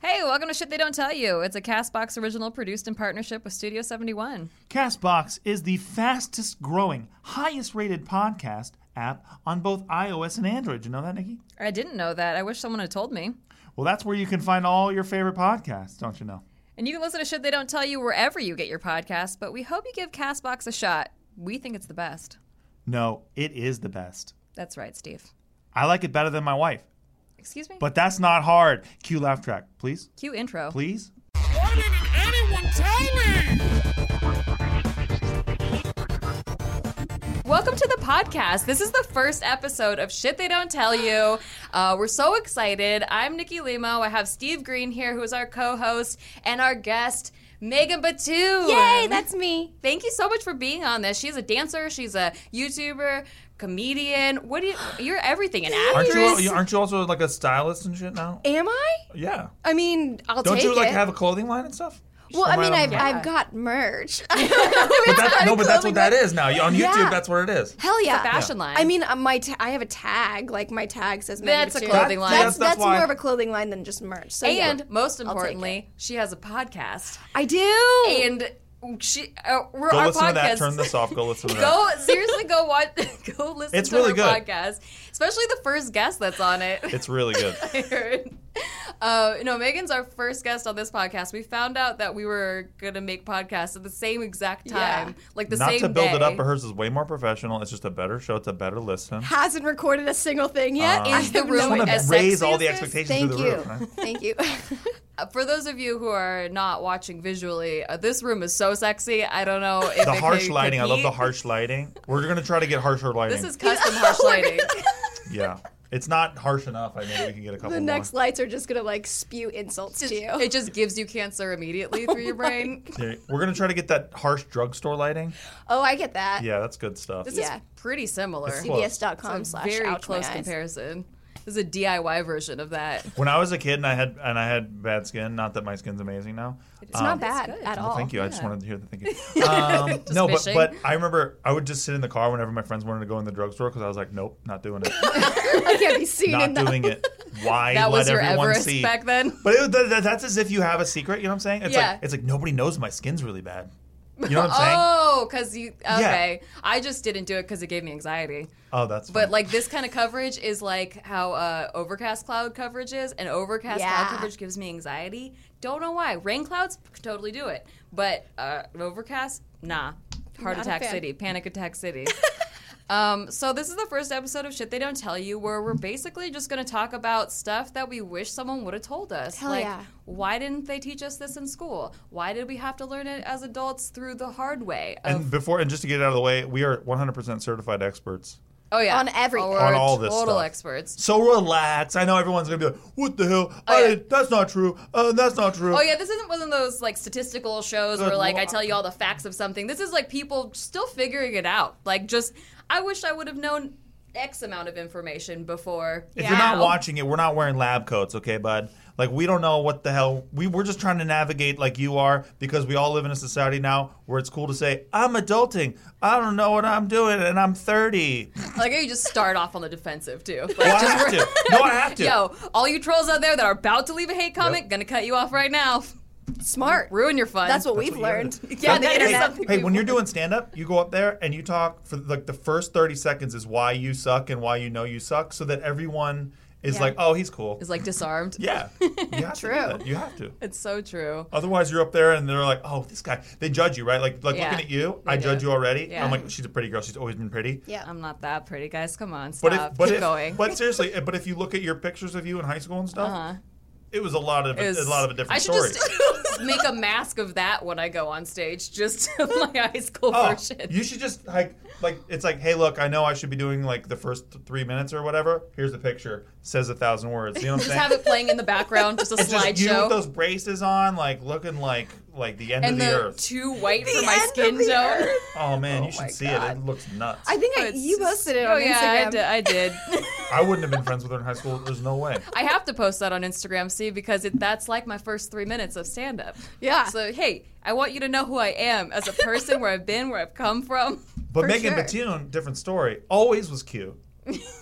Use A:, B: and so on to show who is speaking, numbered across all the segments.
A: Hey, welcome to Shit They Don't Tell You. It's a Castbox original produced in partnership with Studio 71.
B: Castbox is the fastest growing, highest rated podcast app on both iOS and Android. You know that, Nikki?
A: I didn't know that. I wish someone had told me.
B: Well, that's where you can find all your favorite podcasts, don't you know?
A: And you can listen to Shit They Don't Tell You wherever you get your podcast, but we hope you give Castbox a shot. We think it's the best.
B: No, it is the best.
A: That's right, Steve.
B: I like it better than my wife,
A: Excuse me?
B: but that's not hard. Cue laugh track, please.
A: Cue intro.
B: Please.
C: Why didn't anyone tell me?
A: Welcome to the podcast. This is the first episode of Shit They Don't Tell You. Uh, we're so excited. I'm Nikki Limo. I have Steve Green here, who is our co host, and our guest, Megan Batu.
D: Yay, that's me.
A: Thank you so much for being on this. She's a dancer, she's a YouTuber, comedian. What do you, you're everything, an
B: Aren't
A: actress.
B: you aren't you also like a stylist and shit now?
D: Am I?
B: Yeah.
D: I mean, I'll
B: Don't
D: take
B: you like
D: it.
B: have a clothing line and stuff?
D: well, I
B: Am
D: mean,
B: on-
D: I've,
B: Yeah.
D: I've got merch.
B: But that's, no, but that's what that
D: clothing
B: is now. You- On YouTube,
D: Yeah.
B: that's what it is.
D: Hell yeah.
A: a fashion line.
D: I mean, uh, my ta- I have a tag. Like my tag says. Megan
A: That's a
D: Batoo.
A: clothing
B: That-
A: line.
D: That's,
B: That's-
D: that's,
B: that's why-
D: more of a clothing line than just merch. So yeah.
A: and most
D: I'll take it.
A: importantly, she has a podcast.
D: I do.
A: And she, uh, we're
B: Go
A: our
B: listen
A: podcast.
B: to that. Turn this off. Go listen to that.
A: Go seriously, go watch, go listen
B: It's
A: to
B: really
A: her
B: good.
A: podcast, especially the first guest that's on it.
B: It's really good.
A: Uh, no, Megan's our first guest on this podcast. We found out that we were gonna make podcasts at the same exact time, like the
B: Not
A: same
B: to build
A: day.
B: it up, but hers is way more professional. It's just a better show. It's a better listen.
D: Hasn't recorded a single thing yet.
A: Is the
B: I
A: room
B: want to
A: as
B: raise
A: sexy as
B: all the
A: this?
B: Uh, expectations
D: Thank
B: through the
D: you.
B: roof. Huh?
D: Thank you.
A: Uh, For those of you who are not watching visually, uh, this room is so sexy. I don't know if
B: The
A: it
B: harsh
A: can
B: lighting. I love the
A: compete.
B: harsh lighting. We're gonna try to get harsher lighting.
A: This is custom harsh lighting.
B: yeah. It's not harsh enough. I think we can get a couple
D: the
B: more.
D: next lights are just gonna like spew insults to you.
A: It just gives you cancer immediately through your brain.
B: Yeah, We're gonna try to get that harsh drugstore lighting.
D: oh, I get that.
B: Yeah, that's good stuff.
A: This
D: Yeah.
A: is pretty similar.
B: It's close.
D: CBS.com slash
A: Very
D: ouch my
A: close
D: eyes.
A: comparison. This is a DIY version of that.
B: When I was a kid and I had and I had bad skin. Not that my skin's amazing now. um,
D: It's not bad at all.
B: Thank you. I just wanted to hear the thank you. Um, no, but,
A: fishing.
B: but I remember I would just sit in the car whenever my friends wanted to go in the drugstore because I was like, nope, not doing it.
D: I can't be seen in
B: not
D: that.
B: doing it. Why
A: That
B: let
A: was your
B: everyone
A: Everest
B: see?
A: back then.
B: But it, that, that- that's as if you have a secret. You know what I'm saying? It's
A: Yeah.
B: like it's like nobody knows my skin's really bad. You know what I'm saying? Oh,
A: Oh, because you okay. I just didn't do it because it gave me anxiety.
B: Oh, that's. Funny.
A: But like this kind of coverage is like how uh, overcast cloud coverage is, and overcast
D: Yeah.
A: cloud coverage gives me anxiety. Don't know why. Rain clouds could totally do it, but uh, overcast, nah. Heart
D: Not a
A: attack
D: fan.
A: city, panic attack city. um, so this is the first episode of Shit They Don't Tell You, where we're basically just gonna talk about stuff that we wish someone would have told us.
D: Hell
A: like,
D: yeah.
A: why didn't they teach us this in school? Why did we have to learn it as adults through the hard way? Of,
B: and before and just to get it out of the way, we are 100% certified experts.
A: oh yeah,
D: On everything.
A: We're
B: On all this
A: total
B: stuff.
A: experts.
B: So relax. I know everyone's gonna be like, "What the hell? I
A: Oh, yeah.
B: didn't- That's not true. Uh, that's not true."
A: Oh yeah, this isn't one of those like statistical shows where
B: Good
A: like I
B: lord.
A: tell you all the facts of something. This is like people still figuring it out. Like just I wish I would have known X amount of information before.
B: If you're not watching it, we're not wearing lab coats, okay, bud? Like we don't know what the hell we we're just trying to navigate like you are because we all live in a society now where it's cool to say I'm adulting. I don't know what I'm doing and I'm 30.
A: like you just start off on the defensive too. Like,
B: Well, I
A: just-
B: have to. No, I have to.
A: Yo, all you trolls out there that are about to leave a hate comment, gonna cut you off right now.
D: Smart.
A: Ruin your fun.
D: That's what we've
B: what you
D: learned.
B: gotta
D: Yeah,
A: that
D: the
A: is
D: internet.
A: something
B: Hey,
A: we
B: when you're doing stand up, you go up there and you talk for like the first 30 seconds is why you suck and why you know you suck so that everyone is like, "Oh, he's cool."
A: is like disarmed.
B: yeah. You have
D: True.
B: To do that. You have to.
A: It's so true.
B: Otherwise, you're up there and they're like, "Oh, this guy." They judge you, right? Like, like
A: Yeah,
B: looking at you, I
A: do.
B: judge you already.
A: Yeah.
B: I'm like, "She's a pretty girl. She's always been pretty."
D: Yeah.
A: I'm not that pretty, guys. Come on, stop.
B: But if, but
A: Keep
B: if,
A: going. Uh-huh.
B: but seriously, but if you look at your pictures of you in high school and stuff, it was a lot of
A: It was-
B: a lot of a different
A: I should
B: story.
A: just just make a mask of that when I go on stage, just my high school
B: Oh,
A: version.
B: you should just like like it's like, hey, look, I know I should be doing like the first th- three minutes or whatever. Here's the picture. Says a thousand words. You know what I'm
A: just
B: saying?
A: have it playing in the background, just a
B: It's just you
A: slideshow.
B: with those braces on, like looking like like the end
A: and
B: of the,
A: the
B: earth.
A: too white for my skin tone.
B: oh man, you should see it. It looks nuts.
D: I
B: I,
D: think I, you posted it on
A: oh, yeah,
D: Instagram.
A: I did. I, did.
B: wouldn't have been friends with her in high school. There's no way.
A: I have to post that on Instagram, see, because it, that's like my first three minutes of stand up.
D: Yeah.
A: So, hey, I want you to know who I am as a person, where I've been, where I've come from.
B: But Megan
D: sure.
B: Batoon, different story. Always was cute.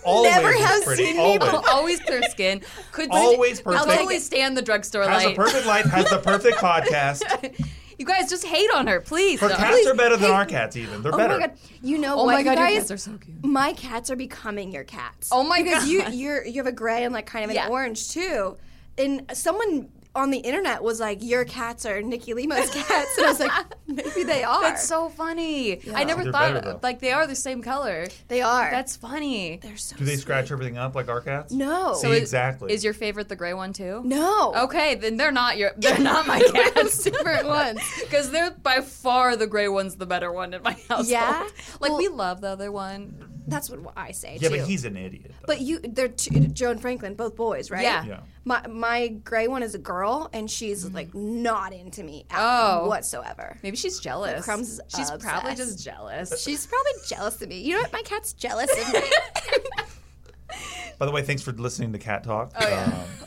B: Always
D: Never
B: was
D: have
B: pretty.
D: seen me
B: always.
A: Al- always clear skin. Could
B: Always
A: I'll
B: perfect.
A: totally stand the drugstore
B: Has
A: light.
B: a perfect life. Has the perfect podcast.
A: you guys just hate on her, please.
B: Her
A: don't.
B: cats are better than our cats. Even they're
D: Oh
B: better.
D: my god! You know
A: Oh
D: what,
A: my
D: you
A: god,
D: guys?
A: your cats are so cute.
D: my cats are becoming your cats.
A: Oh my
D: because
A: God.
D: you you're you have a gray and like kind of
A: Yeah.
D: an orange too. And someone on the internet was like, "Your cats are Nikki Lima's cats," and I was like, "Maybe they are.
A: That's so funny. I never
B: They're
A: thought
B: better, though.
A: like they are the same color.
D: they are.
A: That's funny.
D: they're so.
B: Do they scratch everything up like our cats?
D: no,
B: See, exactly.
A: Is your favorite the gray one too?
D: no.
A: Okay, then they're not your they're not my cats. different ones. Because they're by far the gray one's the better one in my household.
D: Yeah?
A: Like
D: Well-
A: we love the other one.
D: That's what I say
B: yeah,
D: too.
B: but he's an idiot. though.
D: But you, they're two, Joe and Franklin, both boys, right?
A: Yeah.
B: Yeah.
D: My my gray one is a girl, and she's like not into me at
A: Oh.
D: whatsoever.
A: Maybe she's jealous.
D: Crumbs is
A: She's probably
D: obsessed.
A: just jealous.
D: She's probably jealous of me. You know what? My cat's jealous of me.
B: By the way, thanks for listening to Cat Talk. Um,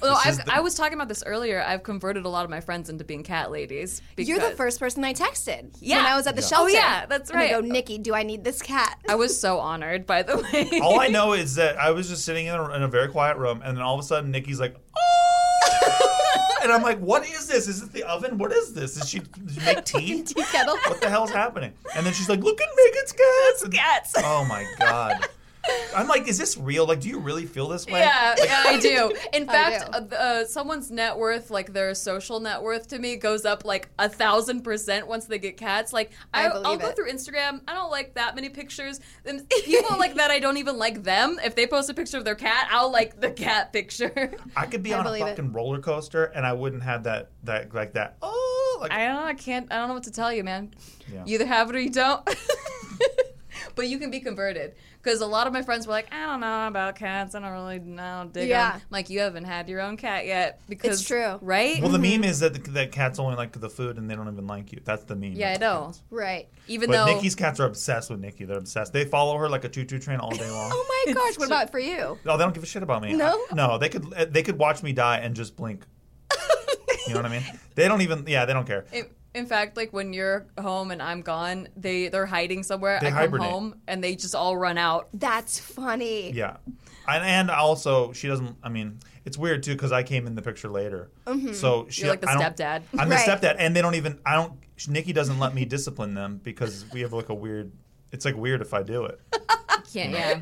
A: Well,
B: this
A: I've,
B: is the-
A: I was talking about this earlier. I've converted a lot of my friends into being cat ladies. Because
D: You're the first person I texted
A: Yeah.
D: when I was at the
A: Yeah.
D: shelter.
A: Oh, yeah, that's
D: And I go,
A: right.
D: Nikki, do I need this cat?
A: I was so honored, by the way.
B: all I know is that I was just sitting in a, in a very quiet room, and then all of a sudden, Nikki's like, "Oh!" and I'm like, "What is this? Is it the oven? What is this? Is she did she make tea?
D: Kettle.
B: What the hell's happening?" And then she's like, "Look at Megan's cats!" And-
A: Cats.
B: Oh my god! I'm like, "Is this real? Like, do you really feel this way?"
A: Yeah, yeah, I do. In fact,
D: do.
A: uh, th- uh, someone's net worth, like their social net worth, to me goes up like a thousand percent once they get cats. Like I,
D: I
A: I
D: believe
A: will go
D: it.
A: through Instagram. I don't like that many pictures. And people like that, I don't even like them. If they post a picture of their cat, I'll like the cat picture.
B: I could be on a
D: believe it.
B: fucking roller coaster, and I wouldn't have that that like that. Oh, like
A: I don't. know, I can't. I don't know what to tell you, man.
B: Yeah.
A: You either have it or you don't. but you can be converted because a lot of my friends were like, "I don't know about cats. I don't really know dig 'em."
D: Yeah.
A: I'm Like you haven't had your own cat yet because
D: true.
A: right?
B: Well, the meme is that that cats only like the food and they don't even like you. That's the meme.
A: yeah, I
B: That's the
A: know.
B: cats.
D: Right.
A: Even
B: But
A: though
B: Nikki's cats are obsessed with Nikki. They're obsessed. They follow her like a choo-choo train all day long.
D: Oh my gosh, what about for you?
B: No, they don't give a shit about me.
D: No?
B: I- no, they could uh, they could watch me die and just blink. you know what I mean? They don't even. Yeah, they don't care.
A: In, in fact, like when you're home and I'm gone, they they're hiding somewhere.
B: They
A: I come
B: hibernate.
A: home and they just all run out.
D: That's funny.
B: Yeah, and and also she doesn't. I mean, it's weird too because I came in the picture later. So she,
A: Mm-hmm. You're like the
B: I don't-
A: stepdad.
B: I'm
D: Right.
B: the stepdad, and they don't even. I don't. Nikki doesn't let me discipline them because we have like a weird. It's like weird if I do it.
A: Can't. Yeah,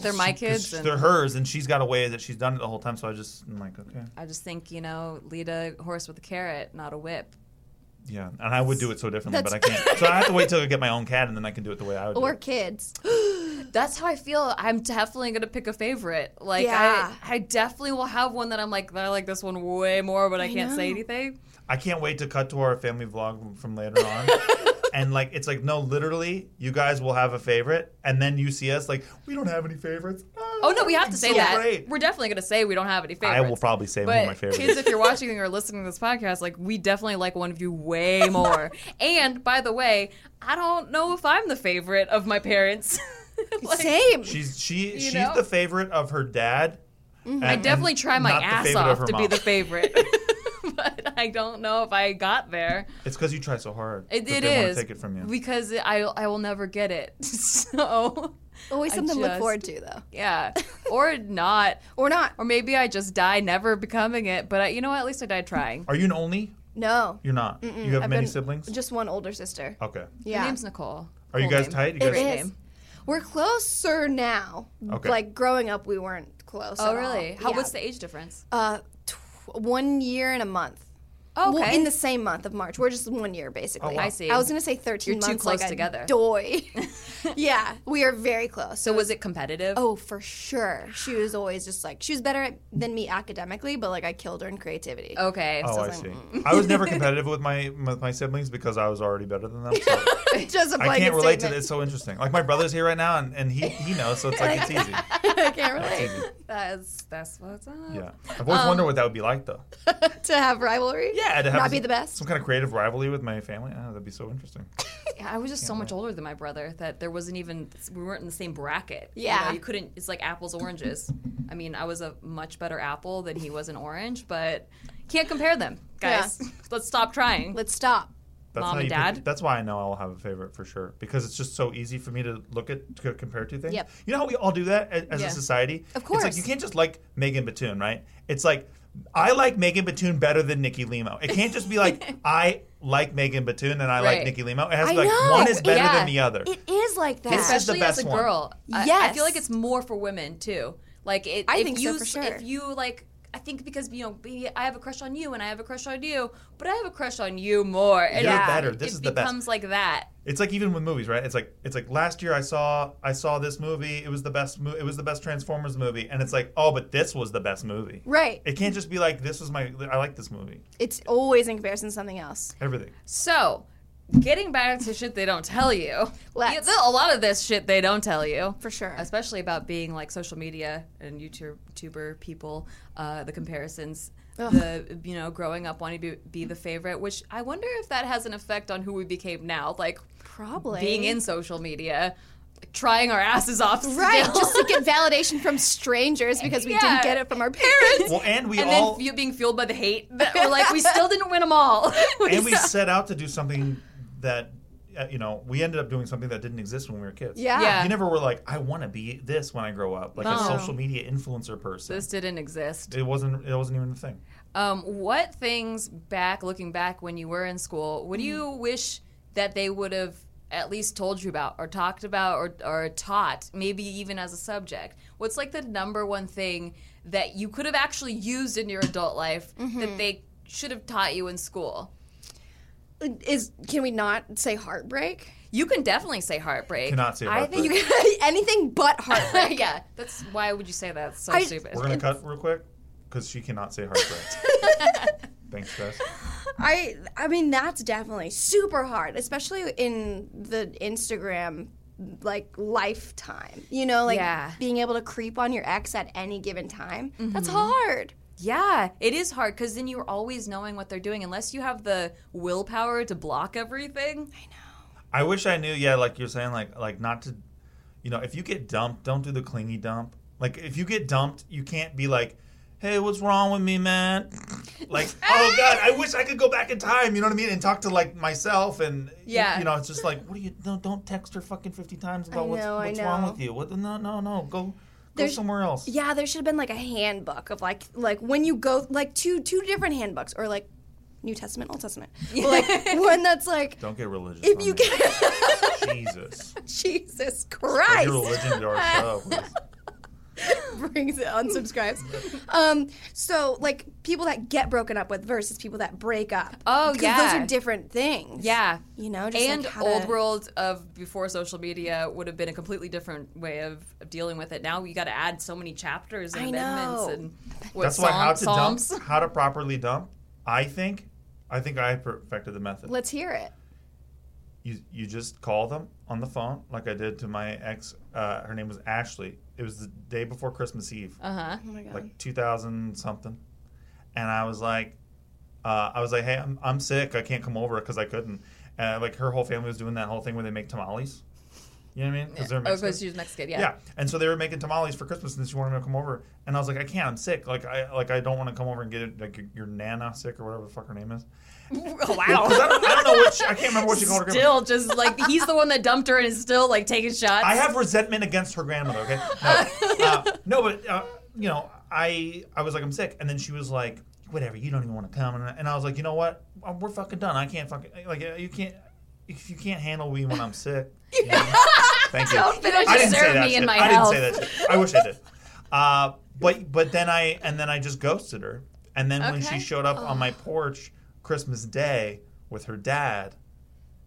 A: they're my
B: 'Cause
A: kids. And
B: They're hers, and she's got a way that she's done it the whole time. So I just I'm like, okay,
A: I just think you know, lead a horse with a carrot, not a whip.
B: yeah. And I would do it so differently, but I can't. so I have to wait till I get my own cat, and then I can do it the way I would. do
D: Or
B: it.
D: kids.
A: That's how I feel. I'm definitely gonna pick a favorite. Like
D: Yeah.
A: I, I definitely will have one that I'm like, I like this one way more, but I, can't say anything.
B: I can't wait to cut to our family vlog from later on. And like it's like no, literally, you guys will have a favorite, and then you see us like we don't have any favorites.
A: Oh no, we have to
B: it's
A: say
B: so
A: that.
B: great.
A: We're definitely gonna say we don't have any favorites.
B: I will probably say one
A: But
B: of my favorites.
A: kids, if you're watching or listening to this podcast, like we definitely like one of you way more. and by the way, I don't know if I'm the favorite of my parents. Like,
D: Same.
B: She's she she's
A: know?
B: the favorite of her dad.
A: I definitely try my ass off to be the
B: favorite.
A: favorite, but I don't know if I got there.
B: of her mom. It's because you try so hard.
A: It,
B: that
A: it
B: they
A: is
B: Want to take it from you.
A: because I I will never get it. So
D: Always
A: I
D: something to look
A: just-
D: forward to, though.
A: yeah, or not,
D: Or not.
A: or maybe I just die never becoming it. But I, you know what? At least I died trying.
B: Are you an only?
D: No.
B: You're not. You have
D: I've
B: many
D: been-
B: siblings. Oh.
D: Just one older sister.
B: okay.
A: Her
D: Yeah.
A: name's Nicole.
B: Are you
A: Cool
B: guys
A: name.
B: tight? You
D: It
B: guys
D: is. We're closer now.
B: Okay.
D: Like growing up, we weren't close.
A: Oh
D: at all.
A: really? How?
D: Yeah.
A: What's the age difference?
D: Uh, tw- one year and a month.
A: Oh,
D: Well,
A: okay. Oh,
D: in the same month of March. We're just one year basically.
A: wow. I see.
D: I was gonna say 13
A: You're too
D: months. like
A: close
D: a
A: together.
D: Doy. yeah, we are very close.
A: so was it competitive?
D: Oh, for sure. She was always just like she was better at- than me academically, but like I killed her in creativity.
A: Okay.
B: Oh,
A: so
B: I see. I was never competitive with my with my siblings because I was already better than them. So
D: just a blanket
B: I can't relate
D: statement.
B: to this. It's so interesting. Like my brother's here right now, and, and he he knows, so it's like it's easy.
D: I can't relate
A: that's that's what's up.
B: Yeah, I've always wondered what that would be like, though.
D: to have rivalry.
B: Yeah, to have
D: not be
B: some-
D: the best.
B: Some kind of creative rivalry with my family. Oh, that'd be so interesting.
A: Yeah, I was just so much older than my brother that there wasn't even we weren't in the same bracket. you,
D: Yeah.
A: know, you couldn't. It's like apples oranges. I mean, I was a much better apple than he was an orange, but can't compare them, guys. Let's stop trying.
D: Let's stop.
B: That's
A: Mom
B: how
A: and
B: you pick-
A: Dad?
B: that's why I know I'll have a favorite for sure because it's just so easy for me to look at to compare two things.
D: Yep.
B: You know how we all do that as, as
A: Yeah.
B: a society.
D: Of
B: It's like
D: course.
B: you can't just like Megan Batoon, right? It's like I like Megan Batoon better than Nikki Limo. It can't just be like I like Megan Batoon and I like
A: Right.
B: Nikki Limo. It has
D: I
B: to be like
D: know.
B: one is better
A: Yeah.
B: than the other.
D: It is like that.
B: This is the
A: especially
B: best
A: as a
B: one.
A: girl. I- I,
D: Yes.
A: feel like it's more for women too. Like it,
D: I
A: if
D: think so,
A: you,
D: for sure.
A: If you like, I think because you know, maybe I have a crush on you and I have a crush on you, but I have a crush on you more. And
B: You're
A: it-
B: better.
A: It,
B: This is the best.
A: becomes like that.
B: It's like even with movies, right? It's like it's like last year I saw I saw this movie. It was the best. Mo- it was the best Transformers movie, and it's like oh, but this was the best movie.
D: Right.
B: It can't just be like this was my. I like this movie.
D: It's always in comparison to something else.
B: Everything.
A: So, getting back to shit they don't tell you.
D: Let's.
A: Yeah, there- a lot of this shit they don't tell you.
D: For sure.
A: Especially about being like social media and YouTube- YouTuber people, uh, the comparisons. The you know growing up wanting to be, be the favorite, which I wonder if that has an effect on who we became now. Like
D: Probably.
A: being in social media, trying our asses off. still.
D: Right, just to get validation from strangers because we
A: Yeah.
D: didn't get it from our parents.
B: Well, and we
A: and
B: all
A: then you being fueled by the hate that we're like we still didn't win them all.
B: and we set out to do something that uh, you know we ended up doing something that didn't exist when we were kids.
D: Yeah.
A: Yeah.
B: You never were like I want to be this when I grow up, like a
A: No.
B: social media influencer person.
A: this didn't exist.
B: it wasn't. It wasn't even a thing.
A: Um, what things back, looking back when you were in school, what do you wish that they would have at least told you about, or talked about, or, or taught, maybe even as a subject? What's like the number one thing that you could have actually used in your adult life that they should have taught you in school?
D: Is can we not say heartbreak?
A: You can definitely say heartbreak.
B: Cannot say
A: I think
B: heartbreak.
A: you
D: Anything but heartbreak.
A: can. yeah, that's why would you say that? It's so
D: I-
A: stupid.
B: We're gonna cut real quick because she cannot say heartbreak. Thanks, guys.
D: I I mean that's definitely super hard, especially in the Instagram like lifetime. You know, like
A: Yeah.
D: being able to creep on your ex at any given time. That's
A: Mm-hmm.
D: hard.
A: Yeah, it is hard because then you're always knowing what they're doing, unless you have the willpower to block everything.
B: I wish I knew. Yeah, like you're saying, like like not to, you know, if you get dumped, don't do the clingy dump. Like if you get dumped, you can't be like, hey, what's wrong with me, man? Like, oh god, I wish I could go back in time. You know what I mean? And talk to like myself and
A: Yeah.
B: you know, it's just like, what do you? No, don't text her fucking fifty times about what's,
D: know, I
B: what's wrong
D: know.
B: with you. What? No, no, no. Go. Go
D: There's-
B: somewhere else.
D: Yeah, there should have been like a handbook of like like when you go like two two different handbooks or like New Testament, Old Testament. But, like one that's like
B: Don't get religious.
D: if
B: on
D: you
B: me.
D: get
B: Jesus,
D: Jesus
B: Bring
D: Christ.
B: your religion to our show. please.
D: brings it unsubscribes. um, so like people that get broken up with versus people that break up.
A: Oh,
D: 'Cause
A: yeah.
D: those are different things.
A: Yeah.
D: you know, just
A: And
D: like how
A: old
D: to-
A: world of before social media would have been a completely different way of, of dealing with it. Now you got to add so many chapters and
D: I
A: amendments
D: know.
A: and what,
B: That's
A: psalm,
B: why how to
A: psalms.
B: dump, how to properly dump. I think, I think I perfected the method.
D: Let's hear it.
B: you you just call them on the phone like I did to my ex. Uh, her name was Ashley. It was the day before Christmas Eve,
D: Oh my god.
B: like 2000 something, and I was like, uh, I was like, hey, I'm, I'm sick. I can't come over because I couldn't. And like her whole family was doing that whole thing where they make tamales. You know what I mean? Because they're
A: Oh,
B: Mexican.
A: because she's Mexican. Yeah.
B: Yeah. And so they were making tamales for Christmas, and she wanted me to come over, and I was like, I can't. I'm sick. Like I like I don't want to come over and get it, like your- your nana sick or whatever the fuck her name is.
A: Oh, Wow.
B: 'Cause I don't, I don't know what she, I can't remember what she called her. grandma.
A: Still, just like he's the one that dumped her and is still like taking shots.
B: I have resentment against her grandmother. Okay, no, uh, no but uh, you know, I I was like, I'm sick, and then she was like, whatever, you don't even want to come, and I, and I was like, you know what, Uh, we're fucking done. I can't fucking like uh, you can't if you can't handle me when I'm sick. you know? Thank you.
A: They don't
B: I didn't
A: deserve
B: say that
A: me in
B: shit.
A: my
B: I
A: health.
B: didn't say that shit. I wish I did. Uh, but but then I and then I just ghosted her, and then when she
A: Okay.
B: showed up on my porch. Christmas Day with her dad,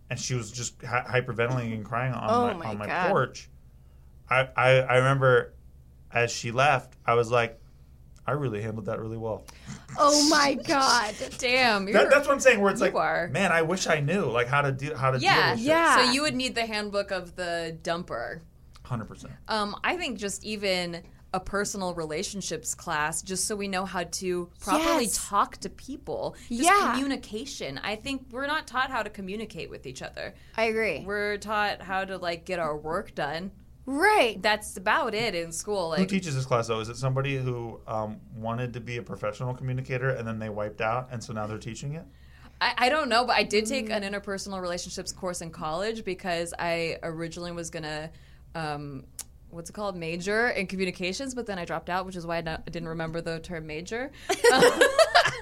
B: and she was just hy- hyperventilating and crying on
D: Oh
B: my,
D: my
B: on my
D: God.
B: porch. I, I I remember as she left, I was like, I really handled that really well.
D: Oh my god.
A: Damn, you're
B: That, that's what I'm saying. Where it's
A: you
B: like,
A: are.
B: man, I wish I knew like how to do how to deal
A: yeah,
B: with
D: Yeah.
A: So you would need the handbook of the dumper.
B: hundred percent.
A: Um, I think just even a personal relationships class, just so we know how to properly
D: Yes.
A: talk to people. Just
D: Yeah.
A: communication. I think we're not taught how to communicate with each other.
D: I agree.
A: We're taught how to like get our work done.
D: Right.
A: That's about it in school.
B: Who
A: Like
B: teaches this class though? Is it somebody who um, wanted to be a professional communicator and then they wiped out, and so now they're teaching it?
A: I, I don't know, but I did take
D: Mm.
A: an interpersonal relationships course in college because I originally was gonna, um, what's it called, major in communications, but then I dropped out, which is why I not- didn't remember the term major.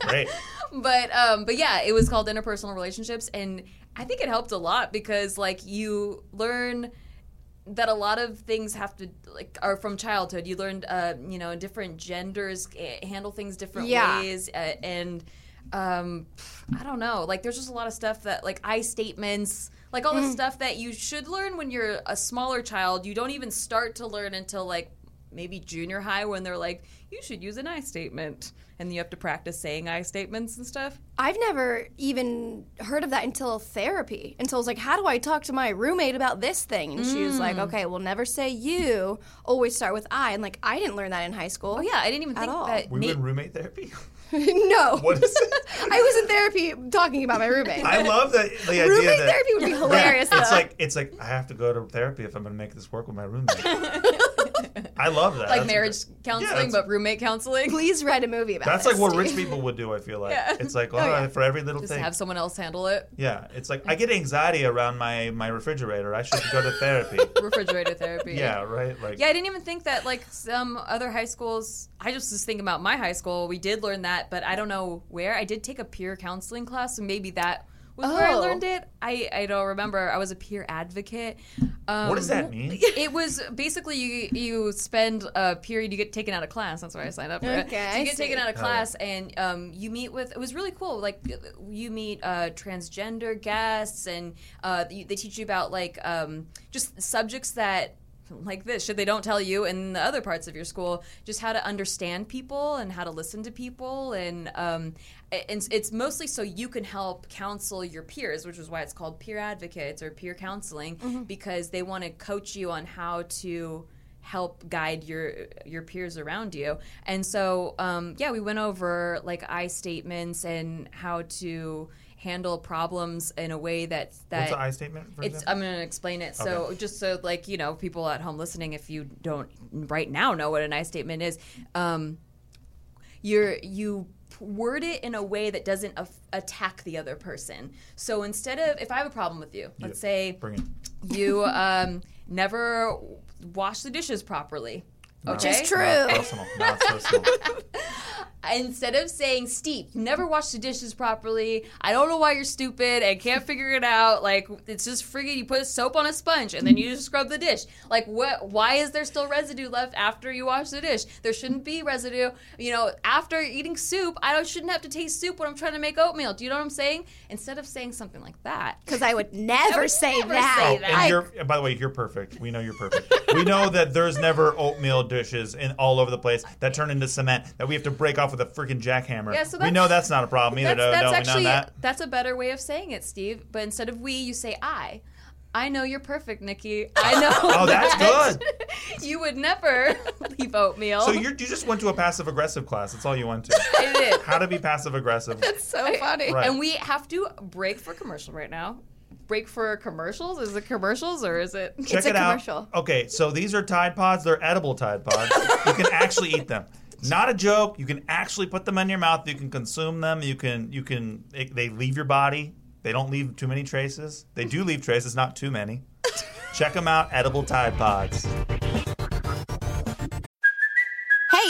B: Great.
A: but um, but yeah, it was called interpersonal relationships, and I think it helped a lot because like you learn that a lot of things have to like are from childhood. You learned, uh, you know, different genders eh, handle things different
D: Yeah.
A: ways, uh, and um, I don't know. Like, there's just a lot of stuff that like I statements. Like all the
D: Mm.
A: stuff that you should learn when you're a smaller child, you don't even start to learn until like maybe junior high when they're like, you should use an I statement. And you have to practice saying I statements and stuff.
D: I've never even heard of that until therapy. Until I was like, how do I talk to my roommate about this thing? And she was like,
A: Mm.
D: okay, we'll never say you, always start with I. And like, I didn't learn that in high school.
A: Oh, yeah, I didn't even
D: At
A: think
D: all.
A: that.
B: We
A: na-
B: were in roommate therapy.
D: no.
B: What is it?
D: I was in therapy talking about my roommate.
B: I love that the idea
D: roommate
B: that
D: therapy would be
B: Yeah,
D: hilarious, though.
B: It's like it's like I have to go to therapy if I'm going to make this work with my roommate. I love that.
A: like
B: That's a
A: marriage
B: good- Yeah,
A: counseling,
B: that's-
A: but roommate counseling.
D: Please write a movie about
B: That's
D: this.
B: like what rich people would do. I feel like
A: Yeah.
B: it's
D: Oh,
B: like well, for every little
A: Just
B: thing.
A: have someone else handle it.
B: yeah, it's like I get anxiety around my my refrigerator. I should go to therapy.
A: Refrigerator therapy.
B: yeah, right. Like
A: Yeah, I didn't even think that like some other high schools. I just was thinking about my high school. We did learn that, but I don't know where. I did take a peer counseling class, so maybe that was where I
D: Oh.
A: learned it. I, I don't remember. I was a peer advocate. Um,
B: what does that mean?
A: It was basically you you spend a period you get taken out of class. That's why I signed up for it.
D: Okay,
A: So you
D: I
A: get taken
D: see.
A: out of class and um, you meet with it was really cool. Like you meet uh, transgender guests and uh, you, they teach you about like um, just subjects that like this should they don't tell you in the other parts of your school just how to understand people and how to listen to people and um, and it's mostly so you can help counsel your peers which is why it's called peer advocates or peer counseling
D: Mm-hmm.
A: because they want to coach you on how to help guide your your peers around you and so um, yeah we went over like i statements and how to handle problems in a way that's that
B: What's the I statement? For
A: it's
B: example?
A: i'm going to explain it so just so like you know people at home listening if you don't right now know what an i statement is um, you're you p- word it in a way that doesn't af- attack the other person so instead of if i have a problem with you let's say
B: Bring it.
A: you um, never wash the dishes properly okay
D: It's true.
B: Not personal. Not personal.
A: instead of saying steve you never wash the dishes properly i don't know why you're stupid and can't figure it out like it's just friggin' you put soap on a sponge and then you just scrub the dish like what why is there still residue left after you wash the dish there shouldn't be residue you know after eating soup i don't, shouldn't have to taste soup when i'm trying to make oatmeal do you know what i'm saying instead of saying something like that
D: Because I would never say
A: never
D: that.
B: Oh,
A: say
B: and you're, by the way, you're perfect. We know you're perfect. we know that there's never oatmeal dishes in all over the place that turn into cement that we have to break off with a freaking jackhammer.
A: Yeah, so
B: we
A: that's-
B: know that's not a problem either,
A: that's,
B: though,
A: that's
B: don't
A: actually
B: we know that?
A: that's a better way of saying it steve but instead of we you say i I know you're perfect, Nikki. I know.
B: Oh, that's
A: that.
B: good.
A: You would never leave oatmeal.
B: So you're, you just went to a passive aggressive class. That's all you went to.
A: I did.
B: How to be passive aggressive.
D: so funny.
B: Right.
A: And we have to break for commercial right now. Break for commercials? Is it commercials or is it?
B: Check
D: a
B: it out.
D: commercial.
B: Okay, so these are Tide Pods. They're edible Tide Pods. you can actually eat them. Not a joke. You can actually put them in your mouth. You can consume them. You can you can they- they leave your body. They don't leave too many traces. They do leave traces, not too many. Check them out, edible Tide Pods.
E: Hey,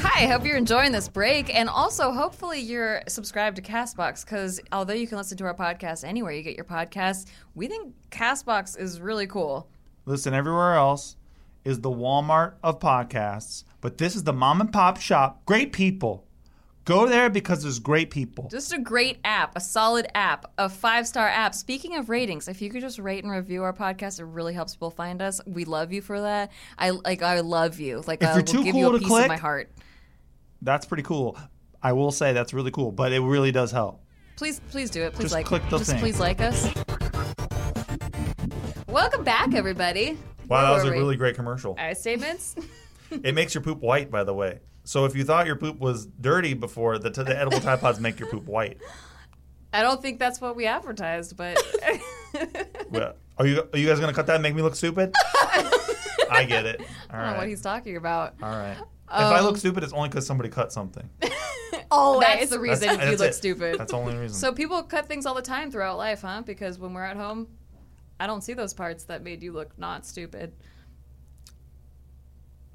A: Hi, hope you're enjoying this break, and also hopefully you're subscribed to Castbox because although you can listen to our podcast anywhere you get your podcasts, we think Castbox is really cool.
B: Listen, everywhere else is the Walmart of podcasts, but this is the mom and pop shop. Great people. Go there because there's great people.
A: Just a great app, a solid app, a five star app. Speaking of ratings, if you could just rate and review our podcast, it really helps people find us. We love you for that. I like, I love you. Like,
B: If
A: I
B: you're
A: will
B: too
A: give
B: cool
A: you a
B: to
A: piece
B: click-
A: of my heart.
B: That's pretty cool. I will say that's really cool, but it really does help.
A: Please, please do it. Please
B: Just
A: like,
B: click the
A: just
B: thing.
A: please like us. Welcome back, everybody.
B: Wow, that
A: Where
B: was a
A: were we?
B: really great commercial.
A: All right, statements.
B: It makes your poop white, by the way. So if you thought your poop was dirty before, the, the edible Tide Pods make your poop white.
A: I don't think that's what we advertised, but
B: Well, Are you, are you guys going to cut that and make me look stupid? I get it. All
A: I don't know what
B: right.
A: he's talking about.
B: All right. if I
A: Um,
B: look stupid, it's only because somebody cut something.
D: Always.
A: That's the reason
B: That's-
A: you
B: that's
A: look
B: it.
A: stupid.
B: That's the only reason.
A: So people cut things all the time throughout life, huh? Because when we're at home, I don't see those parts that made you look not stupid.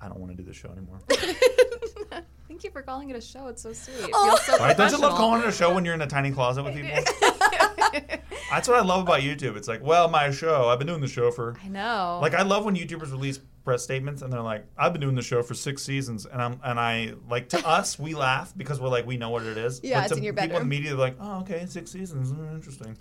B: I don't want to do this show anymore.
A: Thank you for calling it a show. It's so sweet. It
D: Oh.
A: feels so
B: Right? Don't you love
A: professional.
B: calling it a show when you're in a tiny closet with people? That's what I love about YouTube. It's like, well, my show. I've been doing the show for.
A: I know.
B: Like, I love when YouTubers release press statements and they're like, "I've been doing the show for six seasons," and I'm and I like to us we laugh because we're like we know what it is.
D: Yeah,
B: But
D: it's
B: to
D: in your
B: People in the
D: bedroom.
B: media are like, "Oh, okay, six seasons, Mm, interesting."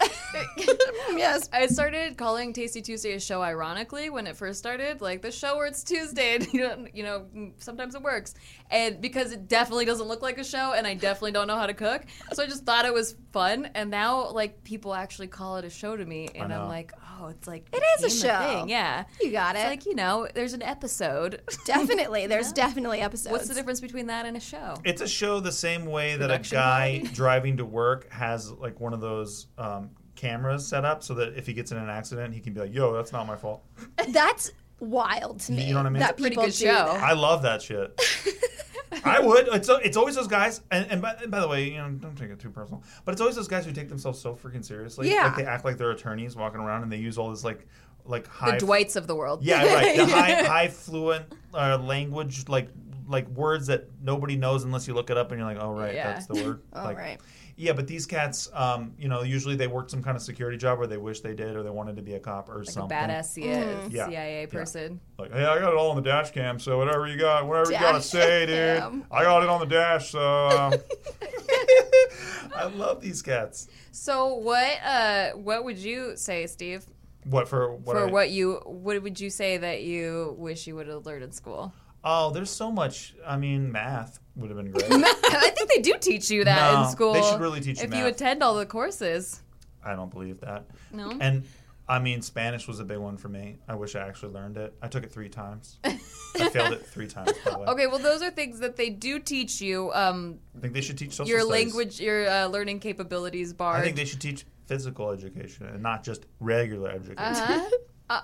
D: yes.
A: I started calling Tasty Tuesday a show ironically when it first started, like the show where it's Tuesday. And you know, you know, mm, sometimes it works, and because it definitely doesn't look like a show, and I definitely don't know how to cook, so I just thought it was fun. And now, like people actually call it a show to me, and
B: know.
A: I'm like, oh, it's like
D: It is a
A: became
D: show.
A: thing. Yeah,
D: You got
A: it's
D: it.
A: like you know, there's an episode.
D: definitely. There's definitely episodes.
A: What's the difference between that and a show?
B: It's a show the same way that
A: Production
B: a guy driving to work has like one of those um, cameras set up so that if he gets in an accident, he can be like, "Yo, that's not my fault."
D: That's wild to me.
B: know what I mean?
D: That
B: It's a
A: pretty
D: people
A: good
D: do
A: show.
D: that.
B: I love that shit. I would. It's it's always those guys, and, and, by, and by the way, you know, don't take it too personal. But it's always those guys who take themselves so freaking seriously.
D: Yeah.
B: like they act like they're attorneys walking around, and they use all this like, like
A: the
B: high.
A: Dwights of the world.
B: Yeah, right. The high, high fluent uh, language, like like words that nobody knows unless you look it up, and you're like, oh right,
A: Yeah. Oh,
B: that's the word.
D: All
B: like,
D: right.
B: Yeah, but these cats, um, you know, usually they worked some kind of security job, or they wish they did, or they wanted to be a cop or
A: Like a
B: something.
A: badass CIA,
D: Mm-hmm.
B: Yeah. Yeah.
A: person.
B: Like, hey, I got it all on the dash cam, so whatever you got, whatever you gotta
D: Dash
B: say, dude,
D: cam.
B: I got it on the dash. So um, I love these cats.
A: So what? Uh, what would you say, Steve?
B: What for? What?
A: for
B: I-
A: what you what would you say that you wish you would have learned in school?
B: Oh, there's so much. I mean, math would have been great.
A: I think they do teach you that
B: No,
A: in school.
B: they should really teach you
A: if you
B: math.
A: attend all the courses.
B: I don't believe that.
A: No?
B: And I mean, Spanish was a big one for me. I wish I actually learned it. I took it three times. I failed it three times. By the way.
A: Okay, well those are things that they do teach you. Um,
B: I think they should teach social
A: your
B: studies.
A: language, your uh, learning capabilities bar.
B: I think they should teach physical education and not just regular education.
A: uh-huh. uh,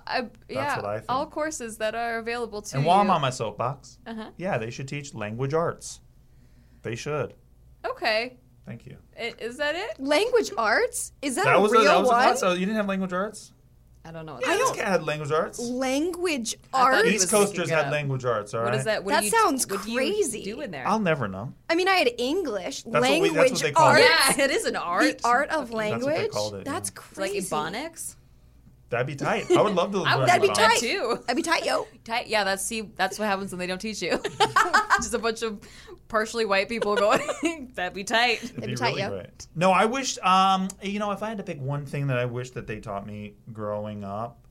A: I, yeah,
B: what I think.
A: all courses that are available to
B: And
A: you.
B: while I'm on my soapbox, yeah, they should teach language arts. They should.
A: okay,
B: Thank you.
A: I- is that it?
D: Language arts? Is that,
B: That
D: a
B: was
D: real
B: a, that was a
D: one?
B: class. Oh, you didn't have language arts.
A: I don't know.
B: I don't had language arts.
D: Language
A: thought
D: arts?
A: he was
B: East Coasters
A: making it
B: had
A: up.
B: language arts. All right.
A: What is that? What
D: That
A: do you,
D: sounds
A: what do you
D: crazy.
A: do in there?
B: I'll never know.
D: I mean, I had English.
B: what we-
D: language
B: that's what they call
D: arts?
B: it.
A: yeah, it is an art.
D: The art of
B: what
D: language?
B: they called it, yeah.
D: That's
A: It's like
D: crazy.
A: ebonics.
B: That'd be tight. I would love to. learn
A: would
D: That'd be
B: about
A: That
D: tight.
B: it.
A: too.
D: That'd be tight, yo.
A: Tight. Yeah, that's see, that's what happens when they don't teach you. Just a bunch of partially white people going, "That'd be tight."
B: It'd
D: It'd
B: be
D: be tight,
B: really
D: yeah.
B: great. No, I wish. Um, you know, if I had to pick one thing that I wish that they taught me growing up,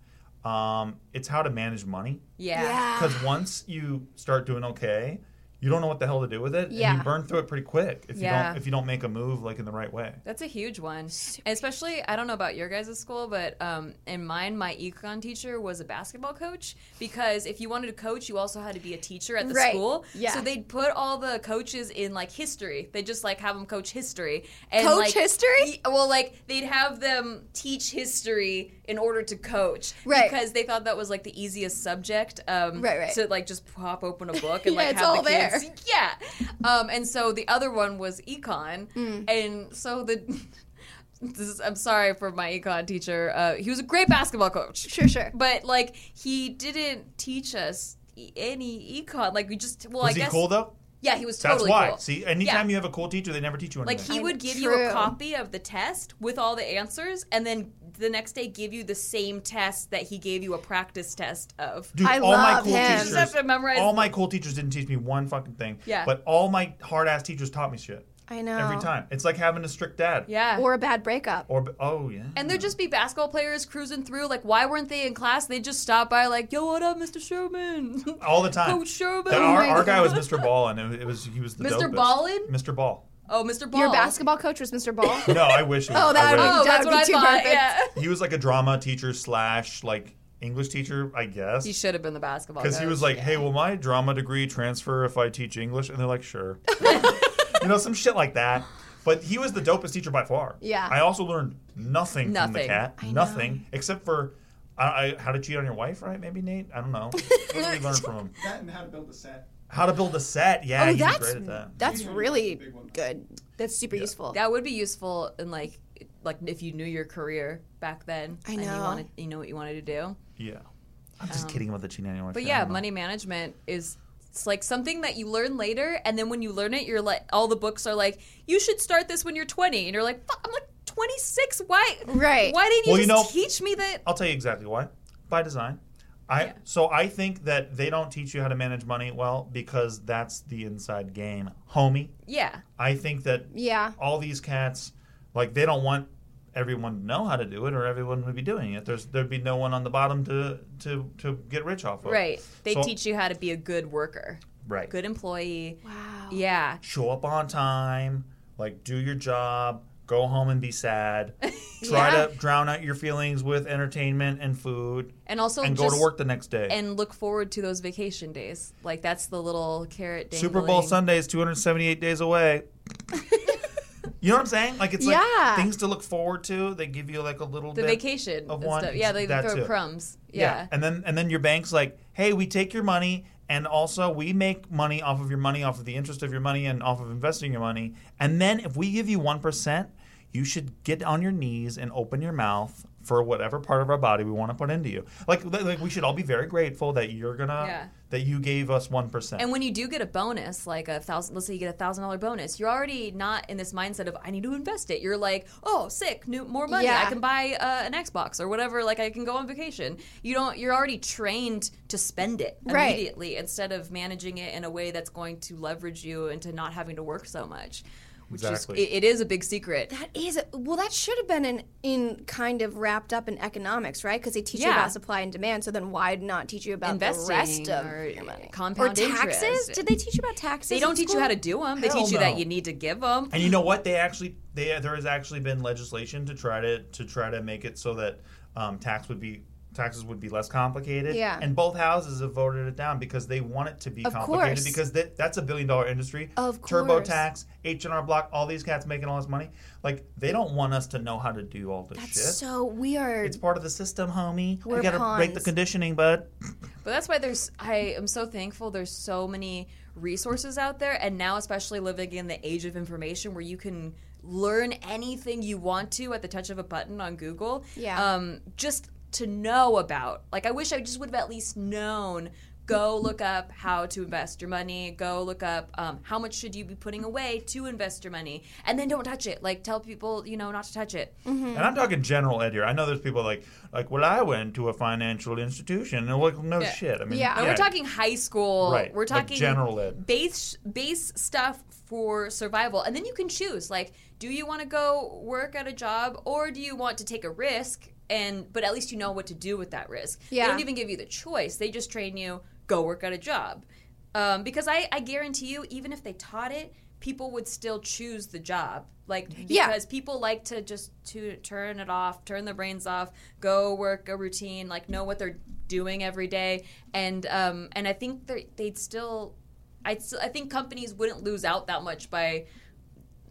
B: um, it's how to manage money.
A: Yeah.
B: Because once you start doing okay, you don't know what the hell to do with it, and
D: Yeah.
B: you burn through it pretty quick if you
A: Yeah.
B: don't if you don't make a move like in the right way.
A: That's a huge one. And especially, I don't know about your guys' school, but um, in mine, my econ teacher was a basketball coach because if you wanted to coach, you also had to be a teacher at the
D: Right.
A: school.
D: Yeah.
A: So they'd put all the coaches in like history. They just like have them coach history. And,
D: Coach
A: like,
D: history?
A: y- Well, like they'd have them teach history in order to coach.
D: Right.
A: Because they thought that was like the easiest subject. Um,
D: Right, right.
A: To like just pop open a book and
D: Yeah,
A: like
D: it's
A: have
D: all
A: the kids
D: there. Mm.
A: yeah. Um, and so the other one was econ, and so the this is, I'm sorry for my econ teacher. Uh, he was a great basketball coach.
D: Sure, sure.
A: But like he didn't teach us e- any econ. Like we just well,
B: was
A: I
B: he
A: guess
B: cool though?
A: Yeah, he was
B: That's
A: totally
B: why.
A: cool.
B: See,
A: Yeah.
B: anytime you have a cool teacher, they never teach you anything.
A: Like he would give you a copy of the test with all the answers, and then the next day give you the same test that he gave you a practice test of.
B: Dude, all my cool
A: You
B: teachers.
A: just have to memorize.
B: All my cool teachers didn't teach me one fucking thing.
A: Yeah. Oh.
B: But all my hard ass teachers taught me shit.
D: I know.
B: Every time. It's like having a strict dad.
A: yeah.
D: Or a bad breakup.
B: Or oh yeah.
A: And there'd just be basketball players cruising through. Like, why weren't they in class? They just stopped by, like, "Yo, what up, Mr. Sherman?"
B: All the time.
A: Coach Sherman.
B: Uh, That-
D: Oh
B: our, our guy was Mr. Ball, and it was he was the
A: Mr.
B: dopest.
A: Ballin?
B: Mr. Ball.
A: Oh, Mr. Ball.
D: Your basketball coach was Mr. Ball.
B: No, I wish. It was,
D: Oh, that would
B: I wish.
D: be,
A: Oh,
D: that
A: that's
D: would
A: what
D: be too
A: I thought,
D: perfect.
A: yeah.
B: He was like a drama teacher slash like English teacher, I guess.
A: He should have been the basketball.
B: Because he was
A: coach.
B: like, "Hey, will my drama degree transfer if I teach English?" And they're like, "Sure." you know, some shit like that. But he was the dopest teacher by far.
D: Yeah.
B: I also learned nothing, from the
A: Nothing.
B: cat. nothing except for I, I, how to cheat on your wife, right? Maybe Nate. I don't know. what did we learn from him?
F: That and how to build a set.
B: How to build a set. Yeah,
D: Oh,
B: he was
D: that's
B: great at that.
D: that's really good. That's super useful.
A: that would be useful in like, like if you knew your career back then.
D: I
A: And you
D: know.
A: wanted, you know what you wanted to do.
B: Yeah. I'm just kidding about the cheating on your wife.
A: But
B: thing. I
A: yeah,
B: don't know.
A: money management is it's like something that you learn later, and then when you learn it, you're like, all the books are like, you should start this when you're 20, and you're like, fuck, I'm like 26. Why?
D: Right.
A: Why didn't you
B: Well, you
A: just
B: know- oh.
A: teach me that?
B: I'll tell you exactly why. By design. I so I think that they don't teach you how to manage money well because that's the inside game, homie.
A: Yeah.
B: I think that
D: Yeah.
B: all these cats, like they don't want everyone to know how to do it, or everyone would be doing it. There's there'd be no one on the bottom to to to get rich off of.
A: Right. They
B: So-
A: teach you how to be a good worker,
B: Right.
A: good employee. Wow. Yeah.
B: Show up on time. Like do your job. Go home and be sad. Try to drown out your feelings with entertainment and food,
A: And also
B: and go
A: just,
B: to work the next day.
A: and look forward to those vacation days. Like that's the little carrot. Dangling.
B: Super Bowl Sunday is 278 days away. you know what I'm saying? Like it's
D: Yeah.
B: like things to look forward to. They give you like a little
A: The
B: bit
A: vacation
B: of
A: and
B: one.
A: stuff. Yeah, they
B: that
A: throw
B: too.
A: crumbs. Yeah.
B: And then and then your bank's like, hey, we take your money and also we make money off of your money, off of the interest of your money and off of investing your money. And then if we give you one percent, you should get on your knees and open your mouth for whatever part of our body we want to put into you. Like like we should all be very grateful that you're gonna
A: Yeah.
B: that you gave us one percent.
A: And when you do get a bonus, like a thousand, let's say you get a thousand dollar bonus, you're already not in this mindset of I need to invest it. You're like, oh, sick, new, more money,
D: Yeah.
A: I can buy uh, an Xbox or whatever. Like I can go on vacation. You don't. You're already trained to spend it
D: Right.
A: immediately instead of managing it in a way that's going to leverage you into not having to work so much. Which
B: Exactly.
A: is it, it is a big secret.
D: That is well. That should have been in in kind of wrapped up in economics, right? Because they teach you
A: Yeah.
D: about supply and demand. So then why not teach you about
A: Investing
D: the rest of
A: or
D: your money?
A: compound
D: or taxes?
A: interest.
D: Did they teach you about taxes?
A: They don't
D: in
A: teach you
D: school?
A: how to do them. They
B: Hell
A: teach you
B: no.
A: that you need to give them.
B: And you know what? They actually they there has actually been legislation to try to to try to make it so that um, tax would be taxes would be less complicated.
D: Yeah.
B: And both houses have voted it down because they want it to be
D: Of
B: complicated
D: course.
B: because that, that's a billion dollar industry.
D: Of
B: TurboTax, H and R Block, all these cats making all this money. Like they don't want us to know how to do all this shit.
D: So we are.
B: it's part of the system, homie.
D: We're
B: you gotta break the
D: pawns.
B: conditioning, bud.
A: But that's why there's I am so thankful there's so many resources out there and now especially living in the age of information where you can learn anything you want to at the touch of a button on Google.
D: Yeah.
A: Um just to know about. Like I wish I just would have at least known go look up how to invest your money go look up um, how much should you be putting away to invest your money and then don't touch it like tell people you know not to touch it
D: Hmm.
B: And I'm talking general ed here. I know there's people like like well I went to a financial institution and like no
A: Yeah.
B: shit. I mean
D: Yeah.
A: No, we're talking high school.
B: Right,
A: We're
B: like
A: talking
B: general ed.
A: base base stuff for survival, and then you can choose. Like, do you want to go work at a job, or do you want to take a risk? And but at least you know what to do with that risk.
D: Yeah.
A: They don't even give you the choice. They just train you go work at a job, um, because I, I guarantee you, even if they taught it, people would still choose the job. Like because
D: Yeah.
A: people like to just to turn it off, turn their brains off, go work a routine, like know what they're doing every day, and um, and I think they're- they'd still, I I think companies wouldn't lose out that much by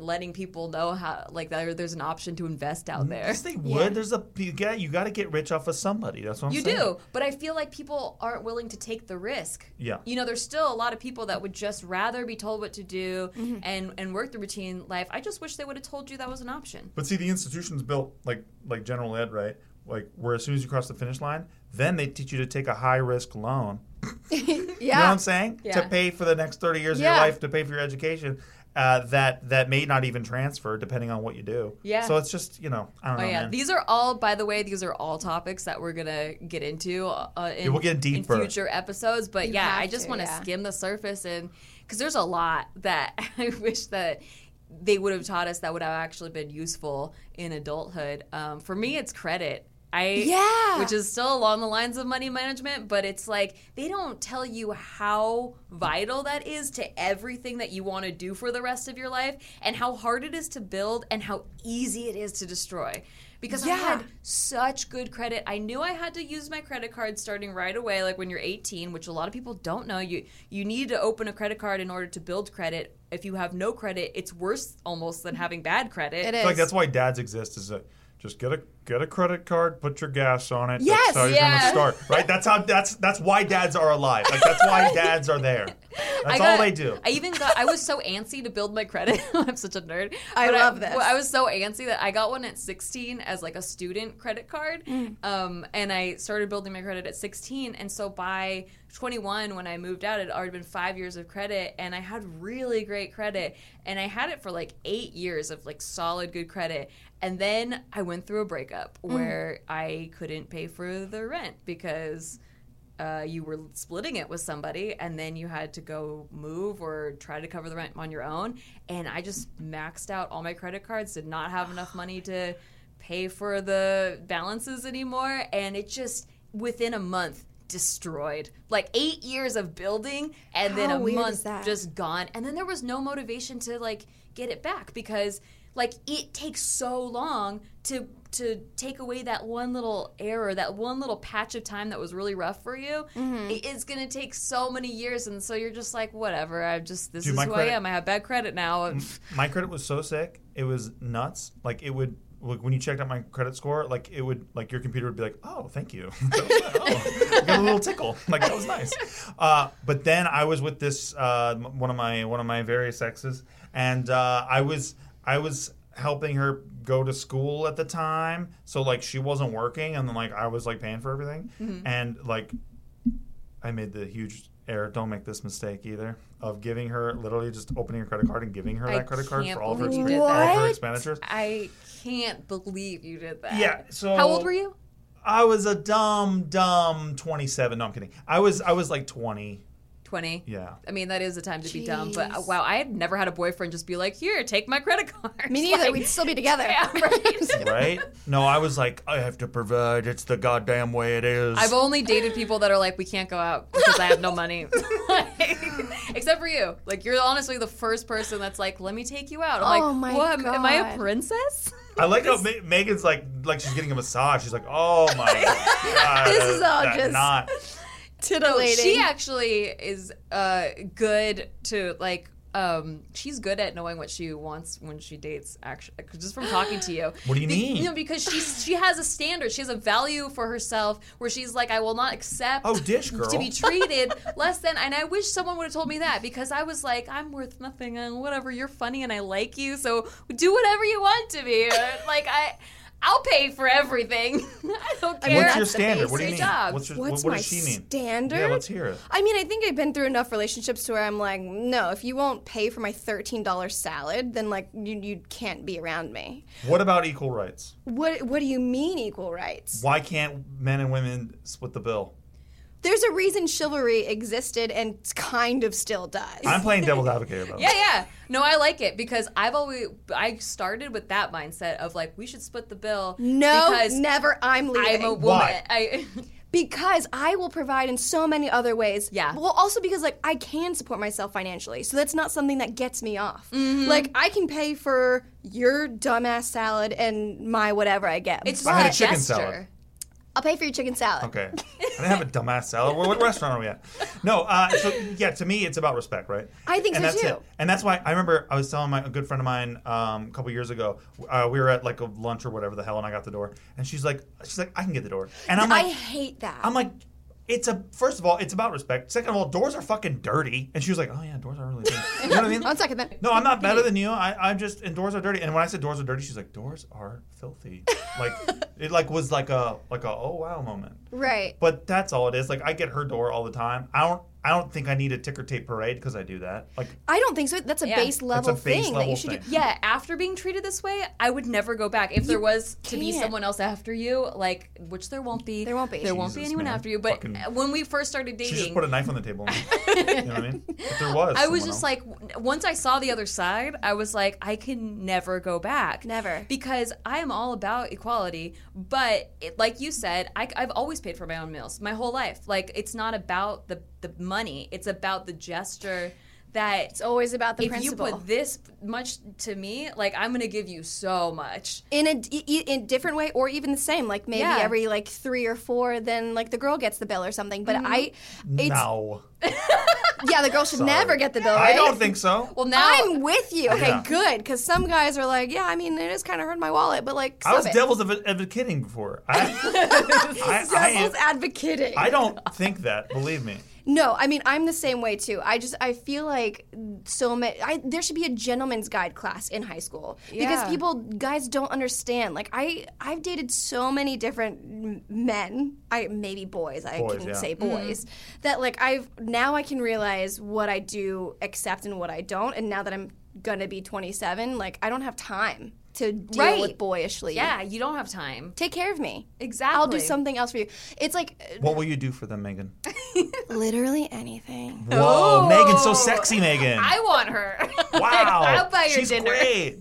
A: letting people know how like there, there's an option to invest out there.
B: Yes, they would. There's a you got you got to get rich off of somebody. That's what I'm
A: You
B: saying.
A: do, but I feel like people aren't willing to take the risk.
B: Yeah.
A: You know, there's still a lot of people that would just rather be told what to do and and work the routine life. I just wish they would have told you that was an option.
B: But see, the institution's built like like general ed, right? Like where as soon as you cross the finish line, then they teach you to take a high risk loan. You know what I'm saying?
D: Yeah.
B: To pay for the next 30 years of
D: Yeah.
B: your life, to pay for your education, uh, that that may not even transfer depending on what you do.
A: Yeah.
B: So it's just you know I don't
A: oh
B: know.
A: yeah,
B: man.
A: these are all. By the way, these are all topics that we're gonna get into. Uh, in,
B: Yeah, we'll get
A: in
B: deeper.
A: future episodes, but
D: You
A: yeah,
D: have
A: I just
D: to,
A: want to
D: yeah.
A: skim the surface and because there's a lot that I wish that they would have taught us that would have actually been useful in adulthood. Um, for me, it's credit. I
D: Yeah.
A: which is still along the lines of money management, but it's like they don't tell you how vital that is to everything that you want to do for the rest of your life and how hard it is to build and how easy it is to destroy. Because I had such good credit. I knew I had to use my credit card starting right away, like when you're 18, which a lot of people don't know. You you need to open a credit card in order to build credit. If you have no credit, it's worse almost than having bad credit.
D: It
B: It's like that's why dads exist is that just get a get a credit card, put your gas on it.
D: Yes,
B: that's how you're
A: yeah.
B: gonna start. Right? That's how that's that's why dads are alive. Like that's why dads are there. That's all
A: got-
B: they do.
A: I even got. I was so antsy to build my credit. I'm such a nerd.
D: I
A: But
D: love this.
A: well, I was so antsy that I got one at 16 as like a student credit card,
D: Mm.
A: um, and I started building my credit at 16. And so by 21, when I moved out, it had already been five years of credit, and I had really great credit, and I had it for like eight years of like solid good credit. And then I went through a breakup
D: Mm.
A: where I couldn't pay for the rent because uh, you were splitting it with somebody and then you had to go move or try to cover the rent on your own and i just maxed out all my credit cards did not have enough money to pay for the balances anymore and it just within a month destroyed like eight years of building and then
D: How
A: a
D: weird
A: month
D: is that?
A: just gone and then there was no motivation to like get it back because like it takes so long to to take away that one little error that one little patch of time that was really rough for you
D: Mm-hmm.
A: It- it's going to take so many years and so you're just like whatever i just this
B: Dude,
A: is
B: my
A: who
B: credit- Mm,
A: i am i have bad credit now
B: my credit was so sick it was nuts like it would like when you checked out my credit score like it would like your computer would be like oh thank you oh, I got a little tickle like that was nice uh, but then i was with this uh, m- one of my one of my various exes and uh, i was i was helping her go to school at the time so like she wasn't working and then like i was like paying for everything
A: Mm-hmm.
B: and like I made the huge error. Don't make this mistake either. Of giving her literally just opening her credit card and giving her
A: I
B: that credit card
A: can't
B: for all of her,
A: believe you
B: expen-
A: did
B: all of her
D: that.
B: expenditures.
A: i can't believe you did that
B: Yeah. So
A: how old were you
B: I was a dumb, dumb twenty-seven. No, I'm kidding. I was I was like twenty.
A: 20
B: Yeah.
A: I mean, that is a time to be dumb, but uh, wow, I had never had a boyfriend just be like, here, take my credit card.
D: Me neither.
A: Like,
D: We'd still be together.
A: yeah, right?
B: Right? no, I was like, I have to provide. It's the goddamn way it is.
A: I've only dated people that are like, we can't go out because I have no money. Like, except for you. Like, you're honestly the first person that's like, let me take you out. I'm
D: Oh
A: like,
D: my
A: what? am- Am I a
D: God.
A: princess?
B: I like how Ma- Megan's like like she's getting a massage. She's like, oh my god,
D: This is all
B: that
D: just-
B: knot.
D: Titillating.
A: She actually is uh, good to like. Um, she's good at knowing what she wants when she dates. Actually, just from talking to you.
B: What do you mean?
A: You know, because she she has a standard. She has a value for herself where she's like, I will not accept.
B: Oh, dish girl.
A: To be treated less than, and I wish someone would have told me that because I was like, I'm worth nothing and whatever. You're funny and I like you, so do whatever you want to me. Like I, I'll pay for everything. I don't care.
B: What's your
A: That's the
B: standard? What do you mean?
A: basic job.
B: What's your,
D: What's
B: what, what
D: my
B: does she mean?
D: standard?
B: Yeah, let's hear it.
D: I mean, I think I've been through enough relationships to where I'm like, no, if you won't pay for my $13 salad, then like you, you can't be around me.
B: What about equal rights?
D: What what do you mean equal rights?
B: Why can't men and women split the bill?
D: There's a reason chivalry existed and kind of still does.
B: I'm playing devil's advocate about
A: Yeah,
B: it.
A: yeah. No, I like it because I've always I started with that mindset of like we should split the bill.
D: no,
A: because
D: never. I'm leaving.
A: I'm a woman.
B: Why?
A: I
D: because I will provide in so many other ways.
A: Yeah.
D: Well, also because like I can support myself financially, so that's not something that gets me off.
A: Mm-hmm.
D: Like I can pay for your dumbass salad and my whatever I get.
A: it's just
D: but-
B: I had
A: a
B: a chicken
A: gesture.
B: salad.
D: I'll pay for your chicken salad.
B: Okay. I didn't have a dumbass salad. What, what restaurant are we at? No. Uh, so yeah, to me, it's about respect, right?
D: I think
B: and
D: so
B: that's
D: too.
B: It. And that's why I remember I was telling my a good friend of mine um, a couple years ago. Uh, we were at like a lunch or whatever the hell, and I got the door, and she's like, she's like, I can get the door, and I'm like,
D: I hate that.
B: I'm like. It's a first of all, it's about respect. Second of all, doors are fucking dirty. And she was like, "Oh yeah, doors are really dirty." You know what I mean?
D: One second, then.
B: No, I'm not better than you. I, I'm just and doors are dirty. And when I said doors are dirty, she's like, "Doors are filthy." Like it like was like a like a oh wow moment.
D: Right.
B: But that's all it is. Like I get her door all the time. I don't. I don't think I need a ticker tape parade because I do that. Like
D: I don't think so. That's a
A: Yeah.
D: base level
B: base
D: thing that
B: level
D: you should
B: thing.
D: do.
A: Yeah, after being treated this way, I would never go back. If there was to be
D: can't.
A: someone else after you, like which there won't be. There won't be. There won't be
B: Jesus,
A: anyone
B: man.
A: after you. But
B: Fucking-
A: when we first started
B: she
A: dating,
B: just put a knife on the table. And, you know what I mean? If there was,
A: I was
B: someone
A: just
B: else.
A: like, w- once I saw the other side, I was like, I can never go back. Never. Because I am all about equality. But it, like you said, I, have always paid for my own meals my whole life. Like, it's not about the, the money, it's about the gesture that. It's
D: always about the
A: if you
D: principle.
A: put this much to me, like, I'm going to give you so much.
D: In a d- e- in a different way, or even the same, like maybe
A: Yeah.
D: every like three or four, then like the girl gets the bill or something. But
A: Mm-hmm.
D: I, it's
B: no.
D: yeah, the girl should
B: Sorry.
D: never get the bill.
B: I
D: Right?
B: don't think so.
A: Well,
D: now I'm with you. Okay,
B: Yeah.
D: good, because some guys are like, yeah, I mean, it is kind of hurting my wallet, but like,
B: I was
D: sub it.
B: devil's adv- advocating before. I, I- I-
D: devil's advocating.
B: I don't think that. Believe me.
D: No, I mean I'm the same way too. I just I feel like so many. I, there should be a gentleman's guide class in high school because
A: Yeah.
D: people guys don't understand. Like I I've dated so many different m- men. I maybe boys. I
G: Boys,
D: can
G: yeah.
D: say
A: Mm.
G: Mhm.
D: boys. That like I've now I can realize what I do accept and what I don't. And now that I'm gonna be 27, like I don't have time to deal
A: Right.
D: with boyishly.
A: Yeah, you don't have time.
D: Take care of me.
A: Exactly.
D: I'll do something else for you. It's like uh,
B: What will you do for them, Megan?
D: literally anything.
B: Whoa,
D: Oh.
B: Megan, so sexy, Megan.
A: I want her.
B: wow,
D: I'll buy your
B: she's
D: dinner.
B: great.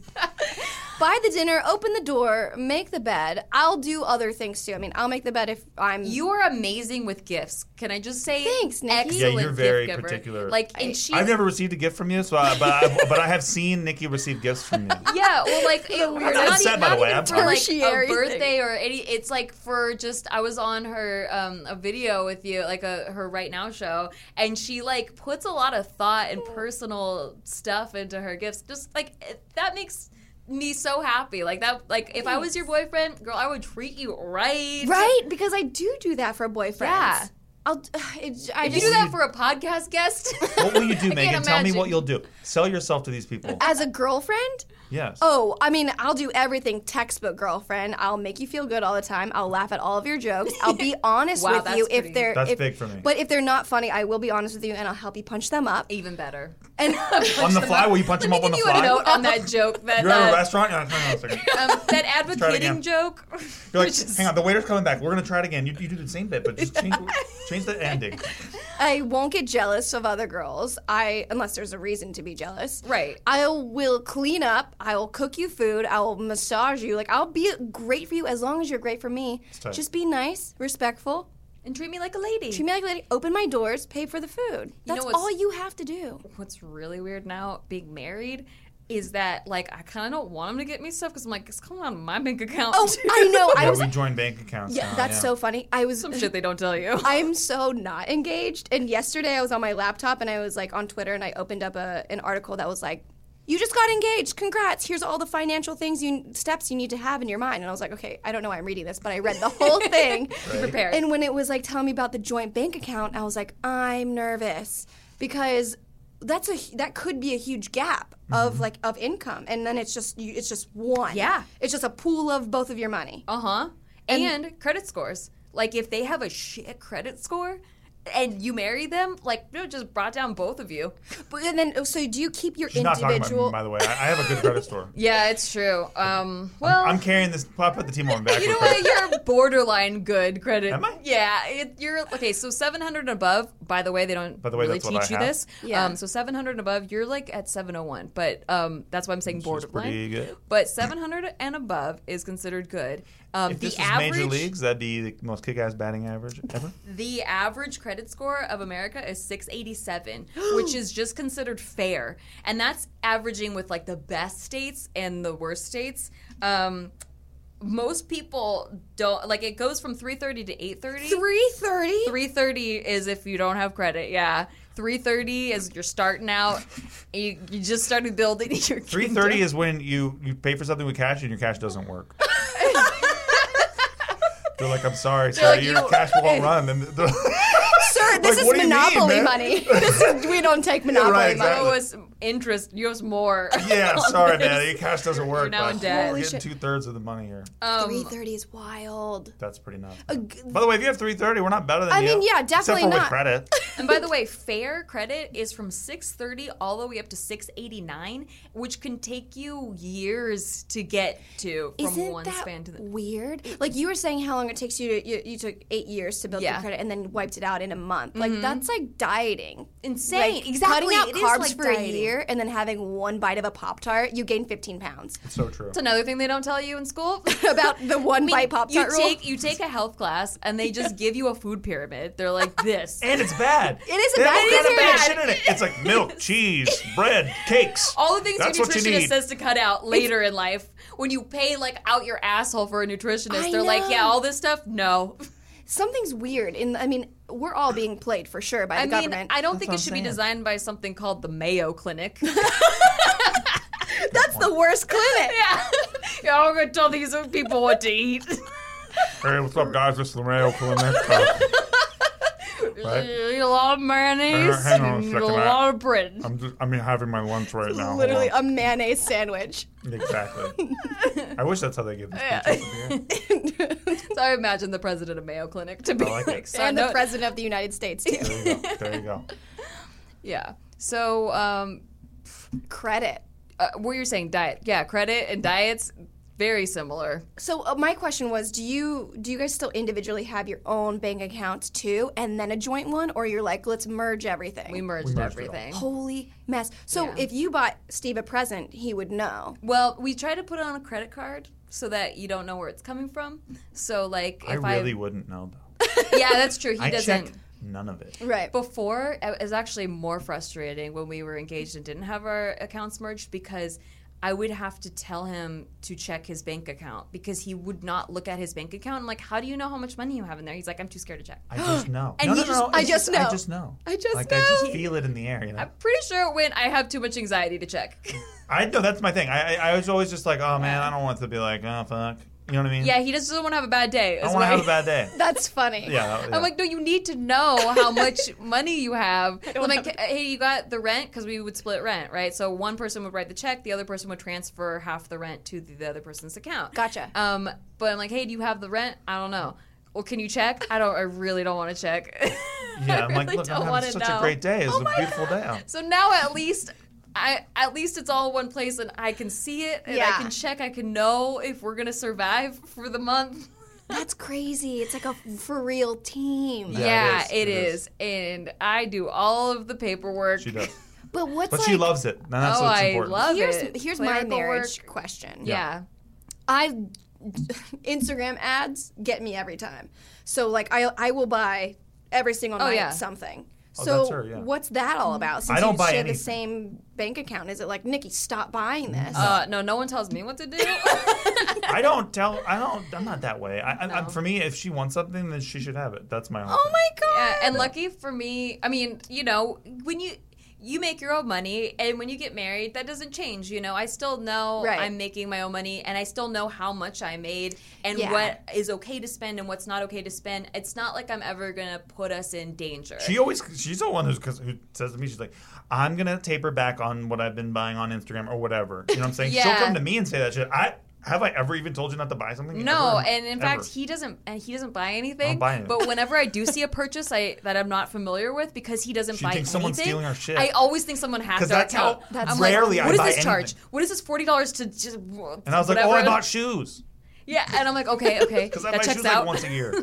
D: buy the dinner, open the door, make the bed. I'll do other things too. I mean, I'll make the bed if I'm.
A: You are amazing with gifts. Can I just say thanks, Nikki?
B: Yeah, you're very particular.
A: Like, and she.
B: I've never received a gift from you, so I, but I, but I have seen Nikki receive gifts from you.
A: Yeah, well, like it,
B: I'm not upset, by the way. I'm
A: for like
D: tertiary
A: a
D: thing.
A: birthday or any. It's like for just. I was on her um, a video with you, like a her right now show, and she like puts a lot of thought and personal stuff into her gifts. Just like it, that makes me so happy. Like that. Like if I was your boyfriend, girl, I would treat you right.
D: right because I do do that for boyfriends.
A: Yeah.
D: I'll. It, I
A: if you
D: just,
A: do that for a podcast guest,
B: What will you do,
A: I
B: Megan?
A: can't
B: Tell me
A: imagine. Uh,
B: what you'll do. Sell yourself to these people.
D: as a girlfriend.
B: Yes.
D: Oh, I mean, I'll do everything textbook girlfriend. I'll make you feel good all the time. I'll laugh at all of your jokes. I'll be honest
A: Wow,
D: with
A: that's
D: you
A: pretty-
D: if they're
B: That's
D: if,
B: big for me.
D: But if they're not funny, I will be honest with you and I'll help you punch them up.
A: Even better.
D: And
B: on the fly? Will you punch them up on the
A: you a
B: fly?
A: note on that joke that
B: You're at a
A: uh,
B: restaurant. You're like, hang on a second.
A: um, that
B: Try it again.
A: advocating joke.
B: You're like, hang on. The waiter's coming back. We're gonna try it again. You, you do the same bit, but just change change the ending.
D: I won't get jealous of other girls. I unless there's a reason to be jealous.
A: Right.
D: I will clean up. I will cook you food. I will massage you. Like I'll be great for you as long as you're great for me.
A: tight.
D: Just be nice, respectful.
A: And treat me like a lady.
D: Treat me like a lady. Open my doors. Pay for the food.
A: know
D: That's
A: what's-
D: all you have to do.
A: What's really weird now, being married, is that like I kind of don't want him to get me stuff because I'm like it's coming out of my bank account.
D: Oh, I know. I
B: yeah,
D: was.
B: we join bank accounts.
D: Yeah,
B: now,
D: that's
B: yeah.
D: so funny. I was
A: Some shit they don't tell you.
D: I'm so not engaged. And yesterday I was on my laptop and I was like on Twitter and I opened up a, an article that was like, "You just got engaged. Congrats. Here's all the financial things you steps you need to have in your mind." And I was like, "Okay, I don't know why I'm reading this, but I read the whole thing."
A: You prepared.
D: And when it was like telling me about the joint bank account, I was like, "I'm nervous because that's a that could be a huge gap
B: Mm-hmm.
D: of like of income and then it's just you, it's just one
A: Yeah.
D: it's just a pool of both of your money
B: Oh.
A: Uh huh. And, credit scores. Like if they have a shit credit score. And you marry them, like it just brought down both of you.
D: But and then, so do you keep your
B: She's not talking about me, by the way. I, I have a good credit store.
A: Yeah, it's true. Um, well,
B: I'm carrying this. I put the team on back.
A: You know what? You're borderline good credit. Am I? Yeah, it, you're okay. So 700 and above. By the way, they don't
B: By the way,
A: really
B: that's what I
A: teach you
B: have.
A: this.
D: Yeah.
A: Um, so 700 and above, you're like at 701. But um, that's why I'm saying
B: pretty
A: borderline.
B: good.
A: But 700 and above is considered good. Um,
B: If
A: the
B: this is
A: average,
B: major leagues, that'd be the most kick-ass batting average ever.
A: the average credit score of America is 687, which is just considered fair. And that's averaging with like the best states and the worst states. Um, most people don't like it goes from 3.30 to 8.30
D: 3.30
A: 3.30 is if you don't have credit yeah 3.30 is you're starting out you, you just started building your
B: Three thirty is when you you pay for something with cash and your cash doesn't work. They're like, I'm sorry,
D: They're
B: sir,
D: like,
B: your
D: you-
B: cash won't run. And they're
D: Sir, this
B: Like,
D: is
B: what do you mean,
D: monopoly
B: man?
D: money. This is, we don't take monopoly
B: right,
D: money.
B: exactly.
A: was interest you was more
B: yeah, sorry, man, your cash doesn't work.
A: now
B: but
A: in debt.
B: We're
A: Holy
B: getting
A: shit.
B: two thirds of the money here.
A: Um,
D: 3.30 is wild.
B: That's pretty nuts.
D: Uh, g-
B: By the way, if you have three thirty, we're not better than
D: I
B: you.
D: mean, yeah,
B: except
D: definitely
B: for with
D: not.
B: credit.
A: And by the way, fair credit is from 630 all the way up to 689, which can take you years to get to from
D: Isn't
A: one
D: that
A: span to the
D: weird? Like you were saying, how long it takes you to you, you took eight years to build
A: Yeah.
D: your credit and then wiped it out in a month. Like that's like dieting.
A: Insane.
D: Like,
A: Exactly.
D: Mm-hmm. Cutting out
A: It is
D: carbs
A: like
D: for
A: dieting.
D: a year and then having one bite of a pop tart, you gain 15 pounds.
B: It's so true.
A: That's another thing they don't tell you in school.
D: About the one bite pop
A: you
D: tart rule.
A: take you take a health class and they just give you a food pyramid. They're like this.
B: And it's bad. It
D: is a
B: they have
D: bad-
B: all
D: it is
B: kind of
D: bad.
B: shit in it. It's like milk, cheese, bread, cakes.
A: all the things
B: That's
A: your
B: what you
A: nutritionist
B: need.
A: says to cut out later in life when you pay like out your asshole for a nutritionist.
D: I
A: they're like, yeah,
D: know.
A: all this stuff, no.
D: Something's weird. In I mean, we're all being played for sure by the
A: I mean,
D: government.
A: I don't think it
B: what
A: should
B: I'm
A: be
B: saying.
A: designed by something called the Mayo Clinic.
D: That's the worst clinic.
A: yeah. yeah, I'm gonna tell these people what to eat.
B: Hey, what's up, guys? This is Lorraine Clement. Uh, Right?
A: Eat a lot of mayonnaise,
B: Uh, Hang on a
A: and
B: second, Um,
A: a
B: I-
A: lot of bread.
B: I'm just, I'm having my lunch right now. Hold
D: Literally
B: on.
D: a mayonnaise sandwich.
B: Exactly. I wish that's how they give these speeches.
A: so I imagine the president of Mayo Clinic to be
B: I like
A: like,
B: it.
A: so
D: And the
A: no-
D: president of the United States too.
B: There you go. There you go.
A: Yeah. So, um,
D: Credit.
A: uh, what you're saying, diet? Yeah, credit and diets very similar.
D: So uh, my question was, do you do you guys still individually have your own bank accounts too, and then a joint one, or you're like, let's merge everything?
A: We merged,
B: merged it all.
A: everything.
D: Holy mess! So if you bought Steve a present, he would know.
A: Well, we try to put it on a credit card so that you don't know where it's coming from. So, like,
B: I
A: if
B: really wouldn't know though.
A: yeah, that's true. He
B: I
A: doesn't.
B: checked none of it.
D: Right.
A: Before, it was actually more frustrating when we were engaged and didn't have our accounts merged because I would have to tell him to check his bank account because he would not look at his bank account. I'm like, how do you know how much money you have in there? He's like, I'm too scared to check.
B: I just know.
A: And
B: no,
A: you
B: no, no,
A: just-
B: no,
A: I
B: it's
D: just
B: I
D: know.
B: just know.
D: I just
B: like, I
D: know.
B: just feel it in the air. You know. I,
A: Pretty sure when I have too much anxiety to check.
B: know that's my thing. I, I I was always just like, oh man, I don't want to be like, oh fuck. You know what I mean?
A: yeah, he just doesn't want to have a bad day.
B: I
A: is
B: don't want to
A: why-
B: have a bad day.
D: That's funny.
B: yeah. That, yeah.
A: I'm like, no, you need to know how much money you have. I'm like, hey, you got the rent because we would split rent, right? So one person would write the check, the other person would transfer half the rent to the, the other person's account.
D: Gotcha.
A: Um, but I'm like, hey, do you have the rent? I don't know. Well, can you check? I don't. I really don't want to check.
B: yeah. I'm
A: I
B: like,
A: really
B: look,
A: don't
B: I'm having
A: wanna
B: such
A: know. Oh
B: a great day. It's a beautiful day. out.
A: So now at least. I, at least it's all in one place and I can see it and
D: Yeah.
A: I can check. I can know if we're going to survive for the month.
D: That's crazy. It's like a for real team.
A: Yeah, it
B: it is.
A: is. And I do all of the paperwork.
B: She does,
D: But what's
B: but
D: like?
B: she loves it. And that's
A: oh,
B: what's
A: I
B: important.
A: love
D: here's
A: it.
D: here's my
A: Clerical
D: marriage
A: work.
D: question.
A: Yeah.
D: I Instagram ads get me every time. So like I I will buy every single
A: Oh,
D: night
A: yeah.
D: something.
B: Oh,
D: so
B: that's her, yeah. Mm-hmm.
D: what's that all about? Since
B: I don't
D: you
B: buy
D: share
B: anything. Mm-hmm.
D: the same bank account, is it like Nikki, stop buying this?
A: Uh, no, no one tells me what to do. Oh
B: I don't tell. I don't. I'm not that way. I, I, I,
A: No.
B: for me, if she wants something, then she should have it. That's my. Own
D: oh my god!
A: yeah, and lucky for me, I mean, you know, when you you make your own money and when you get married, that doesn't change, you know. I still know
D: Right.
A: I'm making my own money and I still know how much I made and
D: Yeah.
A: what is okay to spend and what's not okay to spend. It's not like I'm ever going to put us in danger.
B: She always she's the one who's cause, who says to me she's like I'm gonna taper back on what I've been buying on Instagram or whatever. You know what I'm saying? She'll
A: Yeah.
B: come to me and say that shit. I have I ever even told you not to buy something?
A: No,
B: Ever?
A: and in
B: Ever.
A: fact, he doesn't. And he doesn't buy anything.
B: I don't buy anything.
A: But whenever I do see a purchase I, that I'm not familiar with, because he doesn't
B: She
A: buy
B: thinks
A: anything,
B: someone's stealing our shit.
A: I always think someone hacked
B: 'Cause
A: our
B: that's how
A: account. That's I'm
B: rarely
A: like,
B: I
A: what is
B: buy
A: this
B: anything.
A: charge? What is this forty dollars to just? And
B: and I was like, oh, I bought shoes
A: Yeah, and I'm like, okay, okay,
B: because I
A: that
B: buy
A: checks
B: shoes
A: out.
B: like once a year.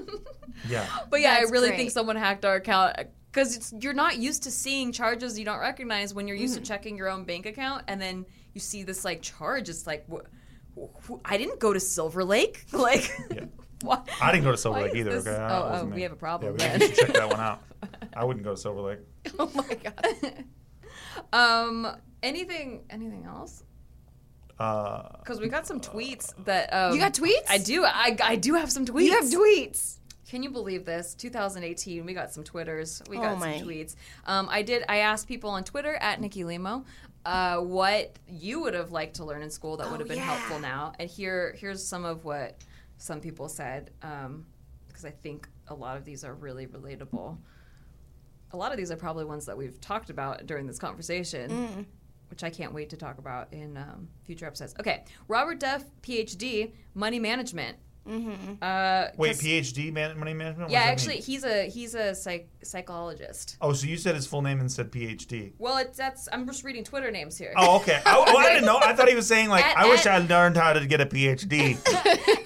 B: yeah,
A: But yeah,
D: That's
A: I really
D: great.
A: think someone hacked our account because you're not used to seeing charges you don't recognize when you're
D: Mm-hmm.
A: used to checking your own bank account, and then you see this like charge. It's like, wh- wh- wh- I didn't go to Silver Lake. Like, what?
B: I didn't go to Silver
A: Why
B: Lake
A: is
B: either.
A: this-
B: Okay, That
A: oh,
B: wasn't
A: oh,
B: me.
A: we have a problem
B: Yeah, we-
A: then.
B: we should check that one out. I wouldn't go to Silver Lake.
A: Um, anything, anything else?
B: Uh,
A: Because we got some tweets that um,
D: You got tweets?
A: I do. I, I do have some tweets.
D: You have tweets.
A: Can you believe this? 2018, we got some twitters. We
D: Oh
A: got
D: my.
A: some tweets. Um, I did. I asked people on Twitter at Nikki Limo uh, what you would have liked to learn in school that would
D: Oh,
A: have been helpful now. And here, here's some of what some people said because I think a lot of these are really relatable. A lot of these are probably ones that we've talked about during this conversation
G: Mm.
A: which I can't wait to talk about in um, future episodes. Okay, Robert Duff, PhD, money management. Mm-hmm. Uh,
B: wait,
A: 'cause-
B: PhD man- money management? What
A: Yeah,
B: does that
A: actually,
B: mean?
A: he's a he's a psych- psychologist.
B: Oh, so you said his full name and said PhD.
A: Well, it's that's I'm just reading Twitter names here.
B: Oh, okay. I, oh, I didn't know. I thought he was saying like,
A: At-
B: I wish
A: at-
B: I learned how to get a PhD.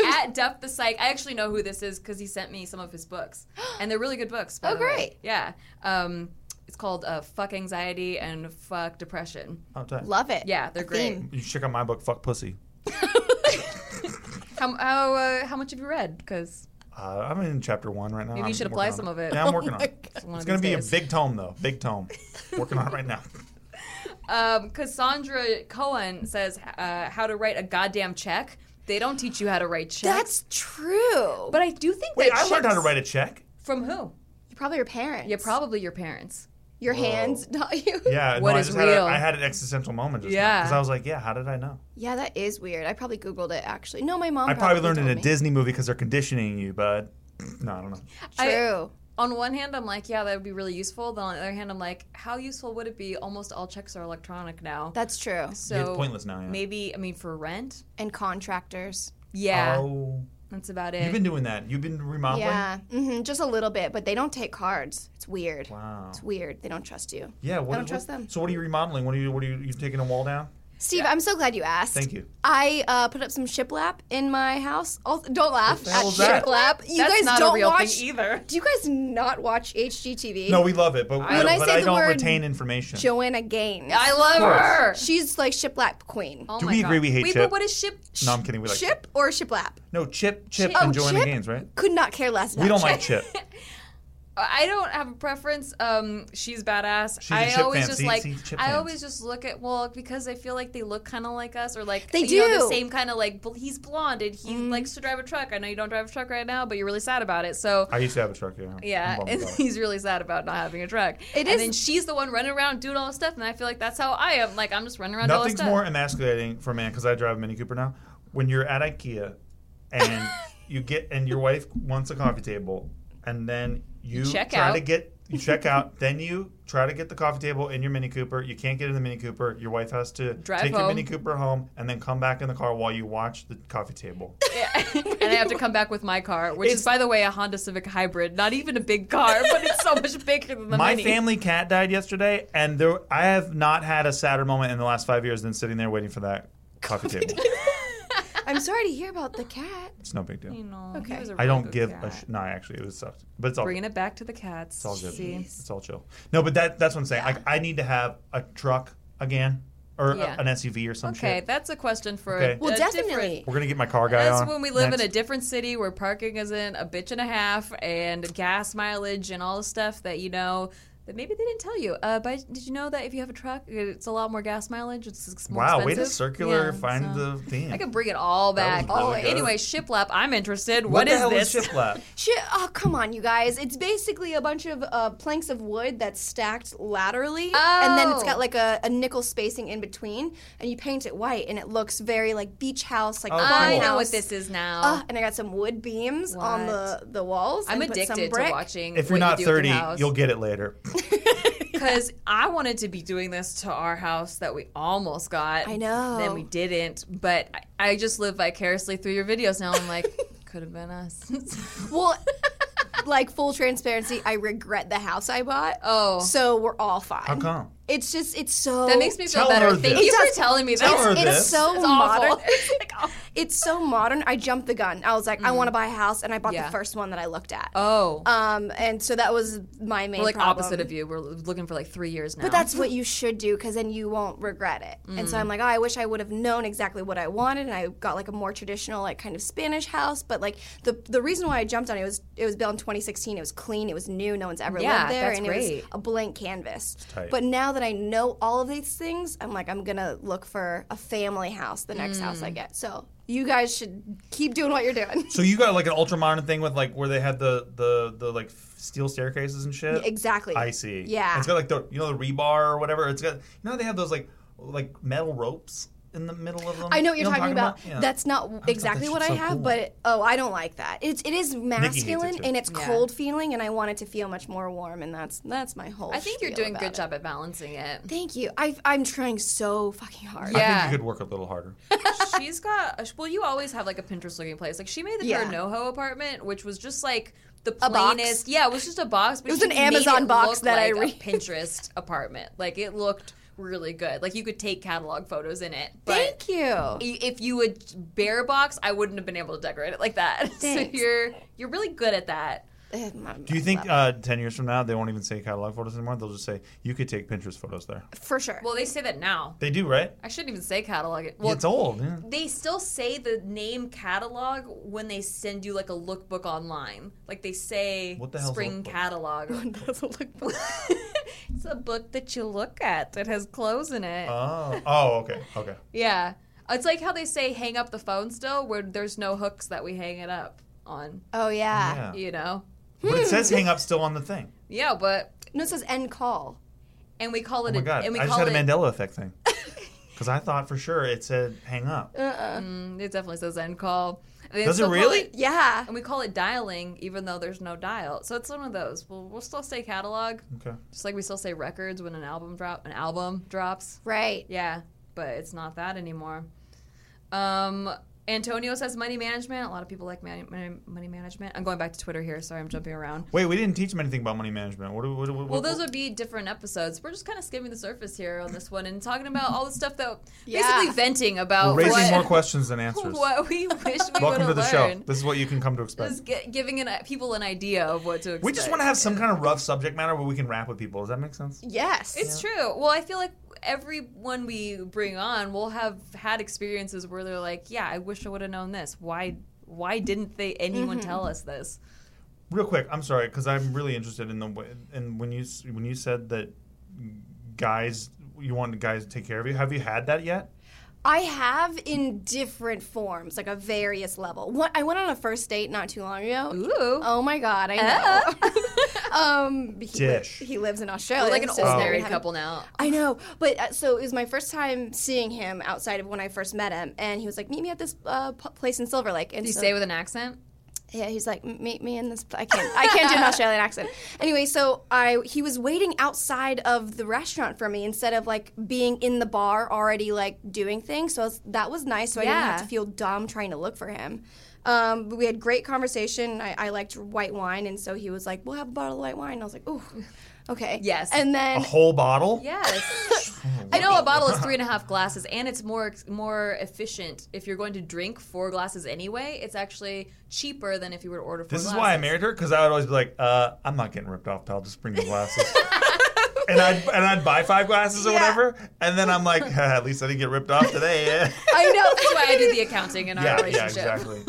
A: At Duff the Psych, I actually know who this is because he sent me some of his books, and they're really good books. by
D: Oh,
A: the way.
D: great.
A: Yeah. Um, it's called uh, "Fuck Anxiety" and "Fuck Depression."
B: Oh, tight.
D: it.
A: Yeah, they're great.
B: You should check out my book, Fuck Pussy.
A: How how, uh, how much have you read? Because
B: Uh, I'm in chapter one right now.
A: Maybe you
B: I'm
A: should
B: working
A: apply
B: on
A: some of it.
B: Yeah,
A: Oh
B: I'm working
A: my
B: on it.
A: God. One
B: It's
A: of
B: going
A: these
B: to be a
A: days.
B: big tome, though. Big tome. working on it right now.
A: Um, Cassandra Cohen says uh, how to write a goddamn check. They don't teach you how to write checks. That's
D: true.
A: But I do think
B: Wait,
A: that
B: I learned how to
A: checks-
B: write a check.
A: from who?
D: Probably your parents.
A: Yeah, probably your parents.
D: Your
B: Whoa. hands,
D: not you.
B: Yeah,
A: What
B: no,
A: is
B: I just had a-
A: real?
B: I had an existential moment just
D: Yeah.
B: because I was like, yeah, how did I know?
D: Yeah, that is weird. I probably Googled it actually. No, my mom.
B: I probably learned in
D: told
B: a
D: me.
B: Disney movie because they're conditioning you, bud. No, I don't know.
D: True.
A: on one hand, I'm like, yeah, that would be really useful. Then on the other hand, I'm like, how useful would it be? Almost all checks are electronic now.
D: That's true.
A: So
B: Yeah, it's pointless now, yeah.
A: Maybe I mean for rent
D: and contractors.
A: Yeah,
B: Oh,
A: that's about it.
B: you've been doing that. You've been remodeling.
D: Yeah, hmm just a little bit, but they don't take cards. It's weird.
B: Wow.
D: It's weird. They don't trust you.
B: Oh. Yeah. What
D: I don't
B: is-
D: trust
B: what-
D: them.
B: So what are you remodeling? What are you? What are you? You taking a wall down?
D: Steve, I'm so glad you asked.
B: Thank you.
D: I uh, put up some shiplap in my house. Al- don't laugh
B: the
D: at
B: hell's that?
D: shiplap. You
A: That's
D: guys
A: not a
D: don't
A: real thing
D: watch
A: either.
D: Do you guys not watch HGTV?
B: No, we love it, but
D: When I
B: but
D: say
B: I
D: the
B: don't
D: word oh
B: retain information.
D: Joanna Gaines.
A: I love Oh
B: Of course.
A: her.
D: She's like shiplap queen.
B: Do we agree we hate
D: Wait,
B: Chip?
D: but what
A: is ship?
B: no, I'm kidding. We like
D: Ship or shiplap?
B: No, Chip, Chip,
D: Chip.
B: and
D: Oh,
B: Joanna
D: Chip?
B: Gaines, right?
D: Could not care less. About
B: We don't
D: Chip.
B: like Chip.
A: I don't have a preference. Um, she's badass.
B: She's a
A: I
B: chip
A: always
B: fan.
A: just
B: See-
A: like
B: see, chip
A: I
B: fans.
A: always just look at well because I feel like they look kind of like us or like
D: They
A: you know,
D: do.
A: the same kind of like bl- he's blonde and he likes to drive a truck. I know you don't drive a truck right now, but you're really sad about it. So
B: I used to have a truck. Yeah. I'm
A: yeah,
B: bummed
A: and
B: about it.
A: he's really sad about not having a truck. and
D: It is-
A: then she's the one running around doing all this stuff, and I feel like that's how I am. Like I'm just running around doing all this
B: Nothing's
A: stuff.
B: more emasculating for a man because I drive a Mini Cooper now. When you're at IKEA and you get and your wife wants a coffee table, and then you,
A: You check
B: try to
A: out.
B: get you check out, then you try to get the coffee table in your Mini Cooper. You can't get in the Mini Cooper. Your wife has to
A: Drive
B: take your
A: home.
B: Mini Cooper home and then come back in the car while you watch the coffee table.
A: and I have to come back with my car, which is by the way a Honda Civic Hybrid, not even a big car, but it's so much bigger than the
B: My
A: Mini.
B: family cat died yesterday, and there I have not had a sadder moment in the last five years than sitting there waiting for that coffee table.
D: I'm sorry to hear about the cat.
B: It's no big deal.
A: You know,
D: Okay.
A: he was a
B: I
A: really
B: don't
A: good
B: give
A: cat.
B: a sh- no. Actually, it was sucked, but it's all
A: Bringing it back to the cats.
B: It's all good.
A: See?
B: It's all chill. No, but that that's what I'm saying. Like I need to have a truck again or a-
A: Yeah.
B: an SUV or some
A: Okay,
B: shit.
A: that's a question for.
B: Okay.
A: Well, definitely.
B: We're gonna get my car guy
A: That's
B: on.
A: when we live in a
B: next.
A: different city where parking isn't a bitch and a half, and gas mileage and all the stuff that you know that maybe they didn't tell you. Uh, but did you know that if you have a truck, it's a lot more gas mileage. It's more
B: Wow, way to
A: expensive?
B: circular
A: Yeah,
B: find
A: so-
B: the theme.
A: I could bring it all
B: That
A: back. Oh,
B: was really good.
A: anyway, shiplap. I'm interested.
B: what the
A: is
B: hell
A: this?
B: is shiplap?
D: Shit! Oh, come on, you guys! It's basically a bunch of uh, planks of wood that's stacked laterally, and then it's
A: Oh.
D: got like a, a nickel spacing in between, and you paint it white, and it looks very like beach house, like
A: Oh, I
D: farmhouse.
A: know what this is now.
D: Uh, and I got some wood beams on the the walls.
A: I'm
D: and put some
A: addicted to
D: brick.
A: watching.
B: If
A: what
B: you're
A: you
B: not
A: do with your
B: 30,
A: house.
B: you'll get it later.
A: because I wanted to be doing this to our house that we almost got.
D: I know.
A: Then we didn't, but I, I just live vicariously through your videos now. I'm like, could have been us.
D: Well, like full transparency, I regret the house I bought.
A: Oh.
D: so we're all fine.
B: How come?
D: It's just it's so
A: That makes me feel
B: Tell
A: better.
B: her
A: Thank
B: this.
A: you
D: It
A: for
D: does-
A: telling me
B: Tell
A: this.
B: her
D: Oh, It's
B: this.
D: so
A: It's oh. awful.
D: modern. it's so modern. I jumped the gun. I was like, I want to buy a house, and I bought
A: Yeah.
D: the first one that I looked at.
A: Oh.
D: um, and so that was my main
A: We're like
D: problem.
A: opposite of you. We're looking for like three years now.
D: But that's what you should do because then you won't regret it. And so
A: Mm.
D: I'm like, oh, I wish I would have known exactly what I wanted, and I got like a more traditional, like kind of Spanish house. But like the the reason why I jumped on it was it was built in 2016. It was clean. It was new. No one's ever
A: Yeah,
D: lived there,
A: that's
D: and it
A: great.
D: was a blank canvas.
A: tight.
D: But now that I know all of these things, I'm like, I'm gonna look for a family house the next house
A: Mm.
D: I get. So you guys should keep doing what you're doing.
B: So you got like an ultramodern thing with like where they had the the the like steel staircases and shit.
D: Exactly.
B: I see.
D: Yeah.
B: And it's got like the you know the rebar or whatever. It's got you know how they have those like like metal ropes in the middle of them.
D: I know what you're talking, about.
B: Yeah.
D: That's not exactly what I
B: so
D: have,
B: cool.
D: but oh, I don't like that. It's it is
B: hates it
D: masculine
B: too.
D: and it's
A: Yeah.
D: cold feeling, and I want it to feel much more warm, and that's that's my whole.
A: I think you're
D: spiel
A: doing a
D: about
A: good
D: it.
A: job at balancing it.
D: Thank you. I I'm trying so fucking hard.
B: I think you could work a little harder.
A: She's got. A, well, you always have like a Pinterest looking place. Like she made the
D: Yeah.
A: Terranoho apartment, which was just like the
D: A box?
A: plainest. Yeah, it was just a box. But
D: It was
A: she
D: an
A: made
D: Amazon
A: it
D: box
A: look
D: that I
A: like
D: read.
A: a Pinterest apartment. Like it looked really good. Like you could take catalog photos in it. But
D: Thank you.
A: i- if you would bare box, I wouldn't have been able to decorate it like that.
D: Thanks.
A: So you're you're really good at that.
D: Eh, my-
B: Do you think uh, ten years from now they won't even say catalog photos anymore? They'll just say you could take Pinterest photos there.
D: for sure?
A: Well, they say that now.
B: They do, right?
A: I shouldn't even say catalog. it. Well,
B: it's old. Yeah.
A: they still say the name catalog when they send you like a lookbook online. Like they say
B: What the hell's a
A: spring
B: lookbook?
A: catalog. it's a book that you look at that has clothes in it.
B: Oh. Oh. Okay. Okay.
A: yeah. It's like how they say hang up the phone still where there's no hooks that we hang it up on,
D: oh yeah.
B: Yeah.
A: you know.
B: But it says hang up still on the thing. Oh
A: Yeah, but
D: No, it says end call.
A: and we call it
B: Oh my
A: a,
B: god!
A: and we
B: I just
A: call
B: had a
A: it
B: Mandela effect thing. Because I thought for sure it said hang up.
A: Uh. it definitely says end call. And they
B: Does it
A: still call
B: really?
D: Yeah.
A: and we call it dialing even though there's no dial. So it's one of those. We'll, we'll still say catalog.
B: Okay.
A: Just like we still say records when an album drop an album drops.
D: Right.
A: Yeah, but it's not that anymore. Um, Antonio says money management. A lot of people like money, money, money management. I'm going back to Twitter here. Sorry, I'm jumping around.
B: Wait, we didn't teach him anything about money management. What? do- what, what
A: Well,
B: what-
A: those would be different episodes. We're just kind of skimming the surface here on this one and talking about all the stuff that
D: Yeah.
A: basically venting about
B: We're raising
A: what,
B: more questions than answers.
A: what we wish we would
B: Welcome to
A: have
B: the show.
A: learned.
B: This is what you can come to expect.
A: Just gi- giving an, people an idea of what to expect.
B: we just want to have some kind of rough subject matter where we can rap with people. Does that make sense?
D: Yes.
A: It's true. Well, I feel like everyone we bring on will have had experiences where they're like, "Yeah, I wish I would have known this. Why? Why didn't they anyone
D: Mm-hmm.
A: tell us this?"
B: Real quick, I'm sorry because I'm really interested in the way- and when you s- when you said that guys you wanted guys to take care of you. Have you had that yet?
D: I have in different forms, like a various level. What I went on a first date not too long ago.
A: Ooh,
D: Oh my god, I know. um, he,
B: Dish.
D: he lives in Australia.
A: We're like an
D: so
A: old
D: we
A: married
D: haven't-
A: couple now.
D: I know, but uh, so it was my first time seeing him outside of when I first met him, and he was like, "Meet me at this uh, p- place in Silver Lake." And
A: Did you
D: so-
A: say with an accent?
D: yeah, he's like, "M- meet me in this. I can't. I can't do an Australian accent. Anyway, so I he was waiting outside of the restaurant for me instead of like being in the bar already like doing things. So I was, that was nice. So I didn't have
A: Yeah.
D: to feel dumb trying to look for him. Um, we had great conversation. I, I liked white wine, and so he was like, "We'll have a bottle of white wine." And I was like, "Ooh, okay."
A: Yes.
D: And
B: A
D: then
B: whole bottle?
A: Yes. I know a bottle is three and a half glasses, and it's more more efficient if you're going to drink four glasses anyway. It's actually cheaper than if you were to order. Four
B: This is
A: glasses.
B: why I married her because I would always be like, uh, I'm not getting ripped off, pal. Just bring the glasses. and I'd and I'd buy five glasses or whatever, and then I'm like, "Huh, at least I didn't get ripped off today. Yeah,
D: I know.
A: That's why I do the accounting in our
B: yeah, yeah,
A: relationship.
B: exactly.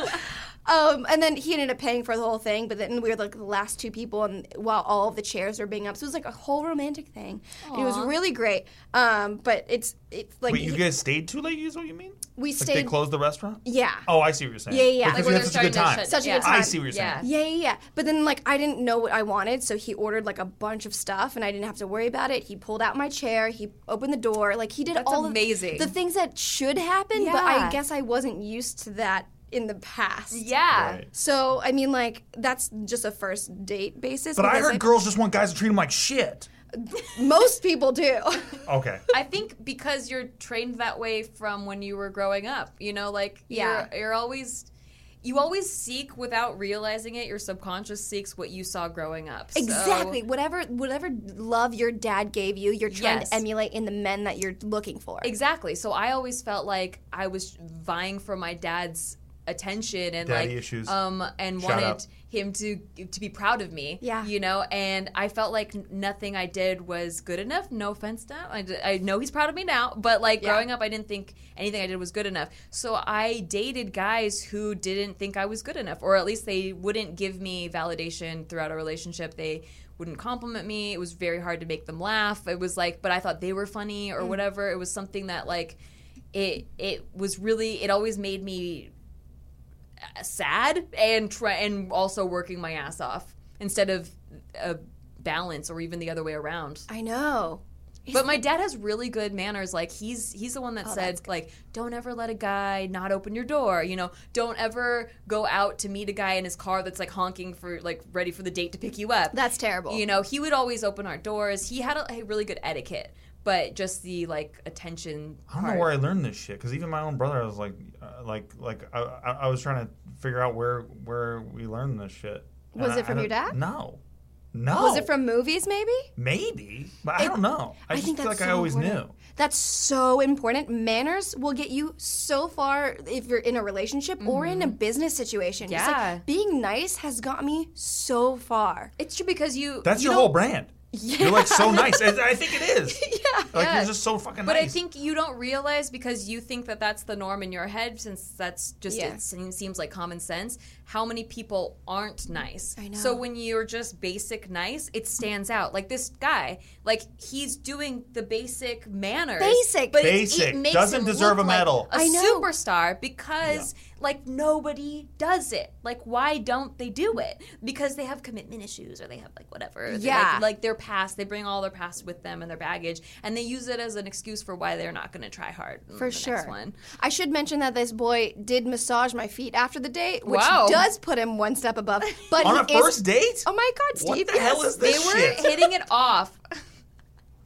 D: Um, and then he ended up paying for the whole thing, but then we were like the last two people, and while all of the chairs were being up, so it was like a whole romantic thing. And it was really great. Um, but it's it's like
B: Wait, you
D: he-
B: guys stayed too late? Is what you mean?
D: we
B: Like they
D: stayed.
B: closed the restaurant?
D: yeah.
B: Oh, I see what you're saying.
D: Yeah, yeah, yeah.
B: Because
D: Like
B: we
A: where
B: had
A: they're
B: such a good
A: starting
B: time.
A: to shut
D: Such a
A: down.
D: good time.
B: I see what you're saying.
A: Yeah.
D: Yeah, yeah, yeah. But then, like, I didn't know what I wanted, so he ordered like a bunch of stuff, and I didn't have to worry about it. He pulled out my chair, he opened the door, like he did
A: That's
D: all of
A: amazing.
D: the things that should happen. But
A: Yeah.
D: I guess I wasn't used to that in the past.
A: Yeah.
B: Right.
D: So I mean, like, that's just a first date basis.
B: But I
D: because
B: heard girls just want guys to treat them like shit.
D: most people do.
B: Okay.
A: I think because you're trained that way from when you were growing up, you know, like
D: Yeah.
A: you're, you're always you always seek without realizing it. Your subconscious seeks what you saw growing up. So-
D: Exactly. Whatever whatever love your dad gave you, you're trying
A: Yes.
D: to emulate in the men that you're looking for.
A: Exactly. So I always felt like I was vying for my dad's attention and
B: Daddy
A: like
B: issues.
A: um and
B: Shout
A: wanted
B: out.
A: him to to be proud of me.
D: Yeah.
A: You know, and I felt like n- nothing I did was good enough. No offense now. I, d- I know he's proud of me now, but like growing up I didn't think anything I did was good enough. So I dated guys who didn't think I was good enough or at least they wouldn't give me validation throughout a relationship. They wouldn't compliment me. It was very hard to make them laugh. It was like, but I thought they were funny or
G: Mm.
A: whatever. It was something that like it it was really it always made me sad and try and also working my ass off instead of a balance or even the other way around.
D: I know.
A: But my dad has really good manners. Like he's he's the one that
D: Oh, that's
A: said like don't ever let a guy not open your door. You know, don't ever go out to meet a guy in his car that's like honking for like ready for the date to pick you up.
D: That's terrible.
A: You know, he would always open our doors. He had a, a really good etiquette, but just the like attention.
B: I don't know where I learned this shit because even my own brother, I was like, uh, like, like I, I, I was trying to figure out where where we learned this shit. And
D: Was
B: I-
D: it from
B: I
D: your
B: don't-
D: dad?
B: No, no.
D: Was it from movies maybe?
B: Maybe, but I don't know. I, just feel like I always
D: important.
B: knew.
D: That's so important. Manners will get you so far if you're in a relationship or in a business situation. Just, like,
A: Yeah.
D: being nice has got me so far.
A: It's true because you
B: That's
A: you
B: your
A: don't-
B: whole brand. You're like so nice. I, I think it is. yeah. Like
A: Yeah.
B: you're just so fucking
A: But
B: nice.
A: I think you don't realize because you think that that's the norm in your head, since that's just
D: Yeah.
A: it seems, seems like common sense. How many people aren't nice?
D: I know.
A: So when you're just basic nice, it stands out. Like this guy, like he's doing the basic manners,
D: Basic.
A: but it-
B: Basic.
A: It, makes
B: Doesn't
A: him
B: deserve
A: look
B: a
A: like
B: medal.
A: a
B: I know.
A: superstar because like nobody does it. Like why don't they do it? Because they have commitment issues or they have like whatever. They like-
D: Yeah.
A: like, their past, they bring all their past with them and their baggage, and they use it as an excuse for why they're not going to try hard in
D: For
A: the
D: sure.
A: Next one.
D: I should mention that this boy did massage my feet after the date, which
A: Wow.
D: does put him one step above. But
B: On
D: he
B: a
D: is-
B: first date?
D: Oh my God, Steve!
B: What the hell
D: yes.
B: is this
A: they were
B: Oh, shit? Um,
A: hitting it off.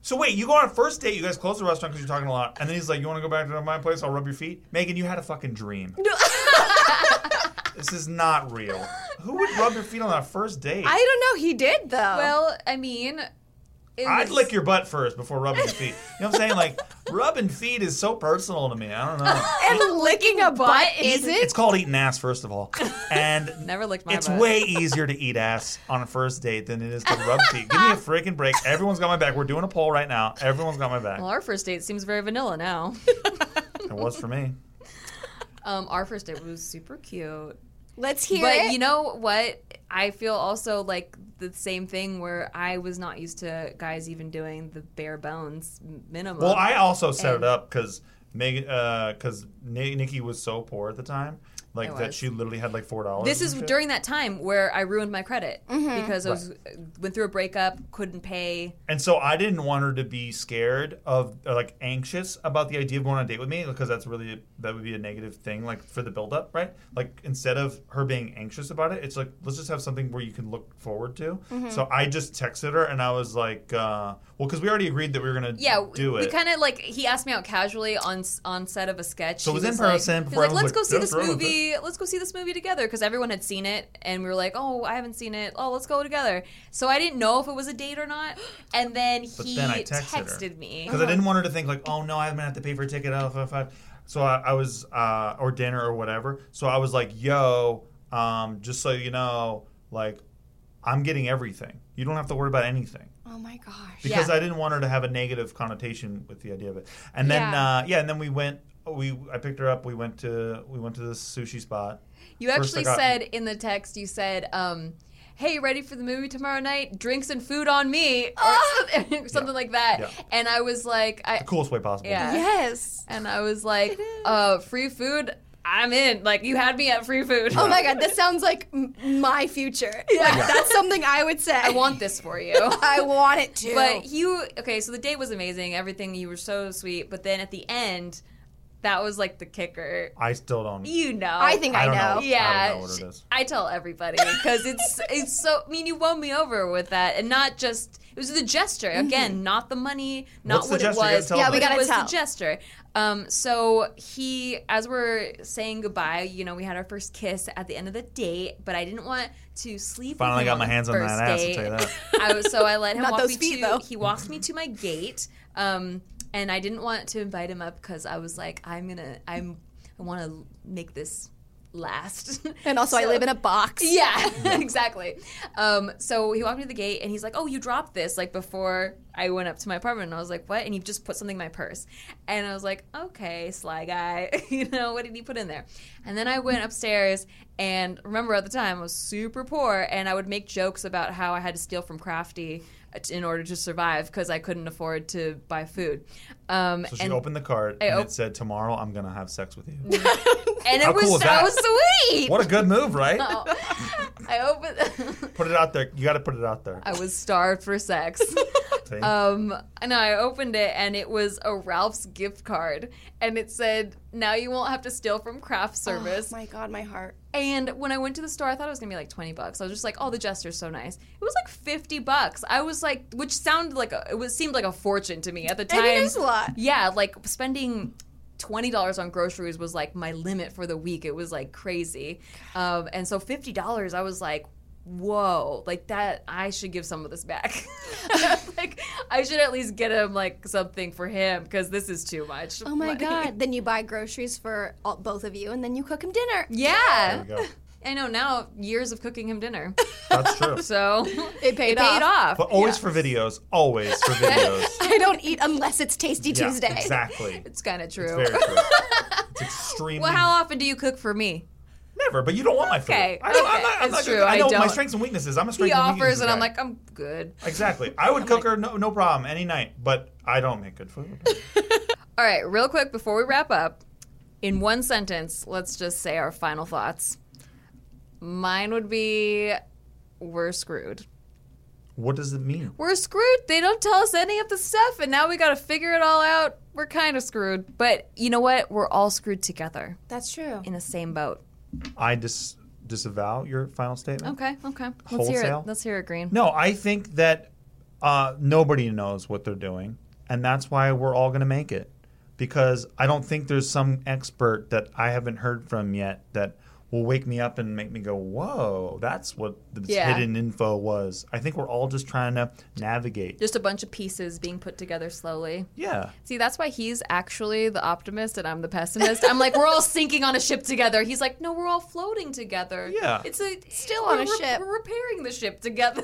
B: so wait, you go on a first date. You guys close the restaurant because you're talking a lot, and then he's like, "You want to go back to my place? I'll rub your feet." Megan, you had a fucking dream. this is not real. Who would rub your feet on that first date?
D: I don't know. He did though.
A: Well, I mean, it
B: I'd
A: was-
B: lick your butt first before rubbing your feet. You know what I'm saying? Like, rubbing feet is so personal to me. I don't know.
D: and licking a butt is it?
B: It's called eating ass, first of all. And
A: Never licked my
B: it's
A: butt.
B: way easier to eat ass on a first date than it is to rub feet. Give me a freaking break. Everyone's got my back. We're doing a poll right now. Everyone's got my back.
A: Well, our first date seems very vanilla now.
B: It was for me.
A: um, our first date was super cute.
D: Let's hear
A: but
D: it.
A: you know what? I feel also like the same thing where I was not used to guys even doing the bare bones minimum.
B: Well, I also set
A: And-
B: it up because Megan, because Ni Nikki was so poor at the time, like
A: I
B: that
A: was.
B: she literally had like four dollars.
A: This is during that time where I ruined my credit because I was went through a breakup, couldn't pay.
B: And so I didn't want her to be scared of, or like anxious about the idea of going on a date with me because that's really, that would be a negative thing, like for the buildup, right? Like instead of her being anxious about it, it's like, let's just have something where you can look forward to.
A: Mhm.
B: So I just texted her and I was like, uh, well, because we already agreed that we were going to
A: Yeah,
B: do
A: we
B: it.
A: kind of like he asked me out casually on s- on set of a sketch.
B: So it
A: He
B: was in
A: like-
B: person
A: he
B: before
A: was
B: I
A: like, let's
B: was
A: go
B: like,
A: see
B: "That's
A: this
B: wrong with
A: movie. Let's go see this movie together because everyone had seen it, and we were like, oh, I haven't seen it. Oh, let's go together. So I didn't know if it was a date or not, and then
B: But
A: he
B: then I texted,
A: texted me
B: because I didn't want her to think like, oh no, I'm gonna have to pay for a ticket. Alpha five. So I, I was uh, or dinner or whatever. So I was like, yo, um, just so you know, like I'm getting everything. You don't have to worry about anything
D: oh my gosh.
B: because I didn't want her to have a negative connotation with the idea of it. And then
A: Yeah.
B: yeah, uh, yeah and then we went. We I picked her up. We went to we went to this sushi spot.
A: You
B: First I
A: actually
B: got-
A: said in the text, you said, um, "Hey, ready for the movie tomorrow night? Drinks and food on me," or something, something like that.
B: Yeah.
A: And I was like, "I
B: the coolest way possible.
A: yeah,
D: Yes.
A: And I was like, uh, "Free food." I'm in. Like you had me at free food.
D: Oh my God, this sounds like m- my future. Like,
A: Yeah.
D: that's something I would say.
A: I want this for you.
D: I want it too.
A: But you okay? So the date was amazing. Everything you were so sweet. But then at the end, that was like the kicker.
B: I still don't.
A: You know.
D: I think I,
B: I don't
D: know.
B: know.
A: Yeah,
B: I don't know what it
A: sh-
B: is.
A: I tell everybody because it's it's so. I mean, you won me over with that, and not just It was the gesture again, not the money, not
B: What's the
A: what it
B: gesture? You gotta
A: was.
B: tell Yeah, us. we
A: but
B: gotta
A: it was
B: tell.
A: The gesture. Um, so he, as we're saying goodbye, you know, we had our first kiss at the end of the date, but I didn't want to sleep.
B: Finally
A: with him
B: got my
A: the
B: hands on
A: first
B: that ass, I'll
A: date.
B: tell you that.
A: I was, so I let him
D: Not
A: walk
D: those
A: me
D: feet,
A: to.
D: though.
A: He walked me to my gate, um, and I didn't want to invite him up because I was like, I'm gonna, I'm, I want to make this last.
D: And also, I
A: So-
D: live in a box.
A: Yeah, exactly. Um, so he walked me to the gate and he's like, "Oh, you dropped this like before I went up to my apartment." And I was like, "What?" And he just put something in my purse, and I was like, "Okay, sly guy, you know what did he put in there?" And then I went upstairs and remember at the time I was super poor and I would make jokes about how I had to steal from Crafty in order to survive because I couldn't afford to buy food. Um,
B: So she
A: and,
B: opened the cart
A: I
B: and
A: op-
B: it said, "Tomorrow I'm gonna have sex with you."
A: and it
B: How
A: was
B: cool is
A: so
B: that?
A: sweet.
B: What a good move, right?
A: I opened.
B: Put it out there. You got to put it out there.
A: I was starved for sex.
B: See?
A: um, and I opened it, and it was a Ralph's gift card, and it said, "Now you won't have to steal from craft service."
D: Oh my god, my heart.
A: And when I went to the store, I thought it was gonna be like twenty bucks. I was just like, "Oh, the gesture's so nice." It was like fifty bucks. I was like, which sounded like a, it was seemed like a fortune to me at the
D: I
A: time.
D: mean, it is a lot.
A: Yeah, like spending. Twenty dollars on groceries was like my limit for the week. It was like crazy, um, and so fifty dollars, I was like, "Whoa! Like that, I should give some of this back. like I should at least get him like something for him because this is too much."
D: Oh my
A: Like-
D: god. Then you buy groceries for all, both of you, and then you cook him dinner.
A: Yeah.
B: There you go.
A: I know now years of cooking him dinner.
B: That's true.
A: So
D: It paid
A: it
D: off.
A: paid off.
B: But always for videos. Always for videos.
D: I don't eat unless it's Tasty
B: Yeah,
D: Tuesday.
B: Exactly.
A: It's kind of
B: It's
A: true.
B: very true. It's extremely
A: well, how often do you cook for me?
B: never. But you don't want my food.
A: Okay,
B: I don't, I'm
A: okay,
B: not, I'm
A: it's
B: not-
A: true,
B: I
A: I
B: know my
A: don't.
B: strengths and weaknesses. I'm a
A: He
B: strength and
A: offers,
B: weaknesses
A: and I'm
B: guy.
A: like, I'm good.
B: Exactly. I would cook her no no problem any night, but I don't make good food.
A: All right, real quick before we wrap up, in one sentence, let's just say our final thoughts. Mine would be, we're screwed.
B: What does it mean?
A: We're screwed. They don't tell us any of the stuff, and now we got to figure it all out. We're kind of screwed, but you know what? We're all screwed together
D: That's true.
A: in the same boat.
B: I dis- disavow your final statement.
A: Okay, okay. Let's hear
B: Wholesale?
A: it. Let's hear it, Green.
B: No, I think that uh, nobody knows what they're doing, and that's why we're all going to make it. Because I don't think there's some expert that I haven't heard from yet that will wake me up and make me go, "Whoa, that's what the
A: Yeah.
B: hidden info was." I think we're all just trying to navigate.
A: Just a bunch of pieces being put together slowly.
B: yeah,
A: See, that's why he's actually the optimist and I'm the pessimist. I'm like, we're all sinking on a ship together. He's like, no, we're all floating together.
B: Yeah.
A: It's a,
D: Still on a
A: we're rep-
D: ship.
A: We're repairing the ship together.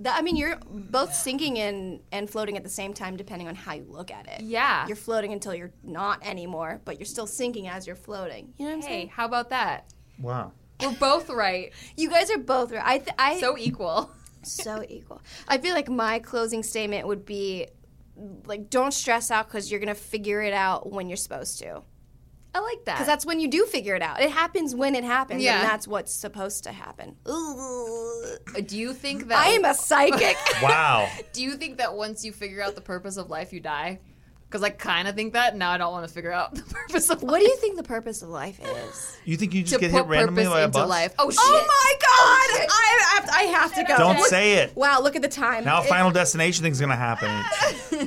D: That, I mean, you're both sinking in and floating at the same time, depending on how you look at it.
A: yeah.
D: You're floating until you're not anymore, but you're still sinking as you're floating. You know what I'm
A: hey,
D: saying?
A: how about that?
B: wow.
A: We're both right.
D: You guys are both right. I, th- I
A: So equal.
D: so equal. I feel like my closing statement would be like don't stress out cuz you're going to figure it out when you're supposed to.
A: I like that.
D: Cuz that's when you do figure it out. It happens when it happens
A: Yeah.
D: and that's what's supposed to happen. Ooh.
A: do you think that
D: I am a psychic.
B: Wow.
A: do you think that once you figure out the purpose of life you die? Because I kind of think that now I don't want to figure out the purpose of
D: what do you think the purpose of life is?
B: You think you just
A: to
B: get
A: put
B: hit randomly
A: purpose
B: by a
A: into
B: bus?
A: life? Oh shit!
D: Oh my god. I have, I have to go.
B: Don't say it.
D: Wow, look at the time.
B: Now a
D: It-
B: final destination thing's going to happen.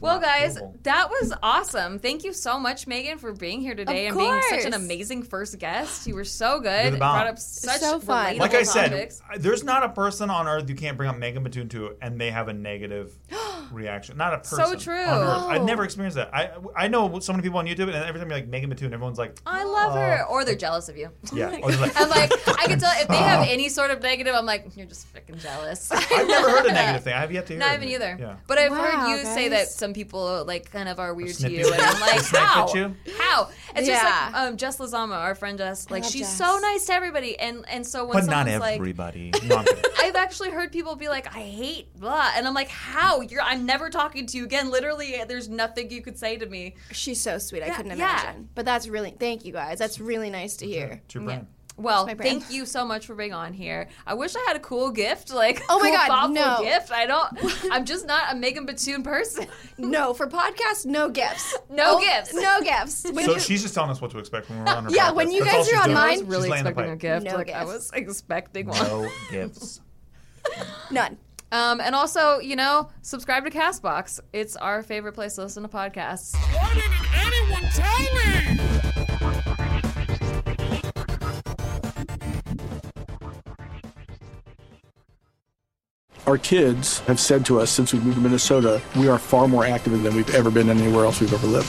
A: Well, guys,
B: Google.
A: that was awesome. Thank you so much, Megan, for being here today
D: Of
A: and being such an
D: course.
A: amazing first guest. You were so
B: You're
A: good.
B: the bomb.
A: brought up such
D: so fun.
A: relatable
B: like I said,
A: topics.
B: I- there's not a person on earth you can't bring up Megan Batoon to and they have a negative reaction. Not a
A: So
B: person.
A: true. Oh.
B: on earth. I've never experienced that. I I know so many people on YouTube, and every time you're like Megan Batoon, everyone's like,
A: I love
B: uh,
A: her. Or they're jealous of you.
B: yeah. Or they're like,
A: I'm like, I can tell if they
B: Uh,
A: have any sort of negative, I'm like, you're just freaking jealous.
B: I've never heard a negative thing. I have yet to hear.
A: Not
B: it.
A: even either.
B: Yeah.
A: But I've
D: Wow,
A: heard you say that
D: guys.
A: some people like kind of are weird to
B: snippy.
A: you, and I'm like,
B: Snip at
A: how?
B: you?
A: How? It's
D: Yeah.
A: just like um, Jess Lazama, our friend Jess. Like
D: love
A: she's
D: Jess.
A: so nice to everybody, and and so when
B: But not
A: someone's like,
B: everybody. No, I'm kidding.
A: I've actually heard people be like, I hate blah. And I'm like, how? You're I'm never talking to you again. Literally, there's nothing you could say to me.
D: She's so sweet. I couldn't
A: yeah.
D: imagine. But that's really thank you guys. That's really nice to hear.
B: True brand.
A: Well,
D: my brand.
A: thank you so much for being on here. I wish I had a cool gift, like
D: Oh my
A: cool,
D: God,
A: thoughtful
D: no.
A: gift. I don't. I'm just not a Megan Batoon person.
D: No, for podcasts, no gifts.
A: Mm-hmm.
D: Oh,
A: No gifts.
D: No gifts. When
B: So
D: you-
B: she's just telling us what to expect when we're on her.
D: Yeah,
B: podcast.
D: when you
B: That's
D: guys
B: all she's
D: are on
B: doing.
D: mine-
A: I was
B: She's
A: really
B: laying the
A: expecting a
B: pipe.
A: gift.
D: No
A: like I
D: gifts.
A: was expecting one.
B: No gifts.
D: none.
A: Um, and also, you know, subscribe to Castbox. It's our favorite place to listen to podcasts.
C: Why didn't anyone tell me?
F: Our kids have said to us since we moved to Minnesota, we are far more active than we've ever been anywhere else we've ever lived.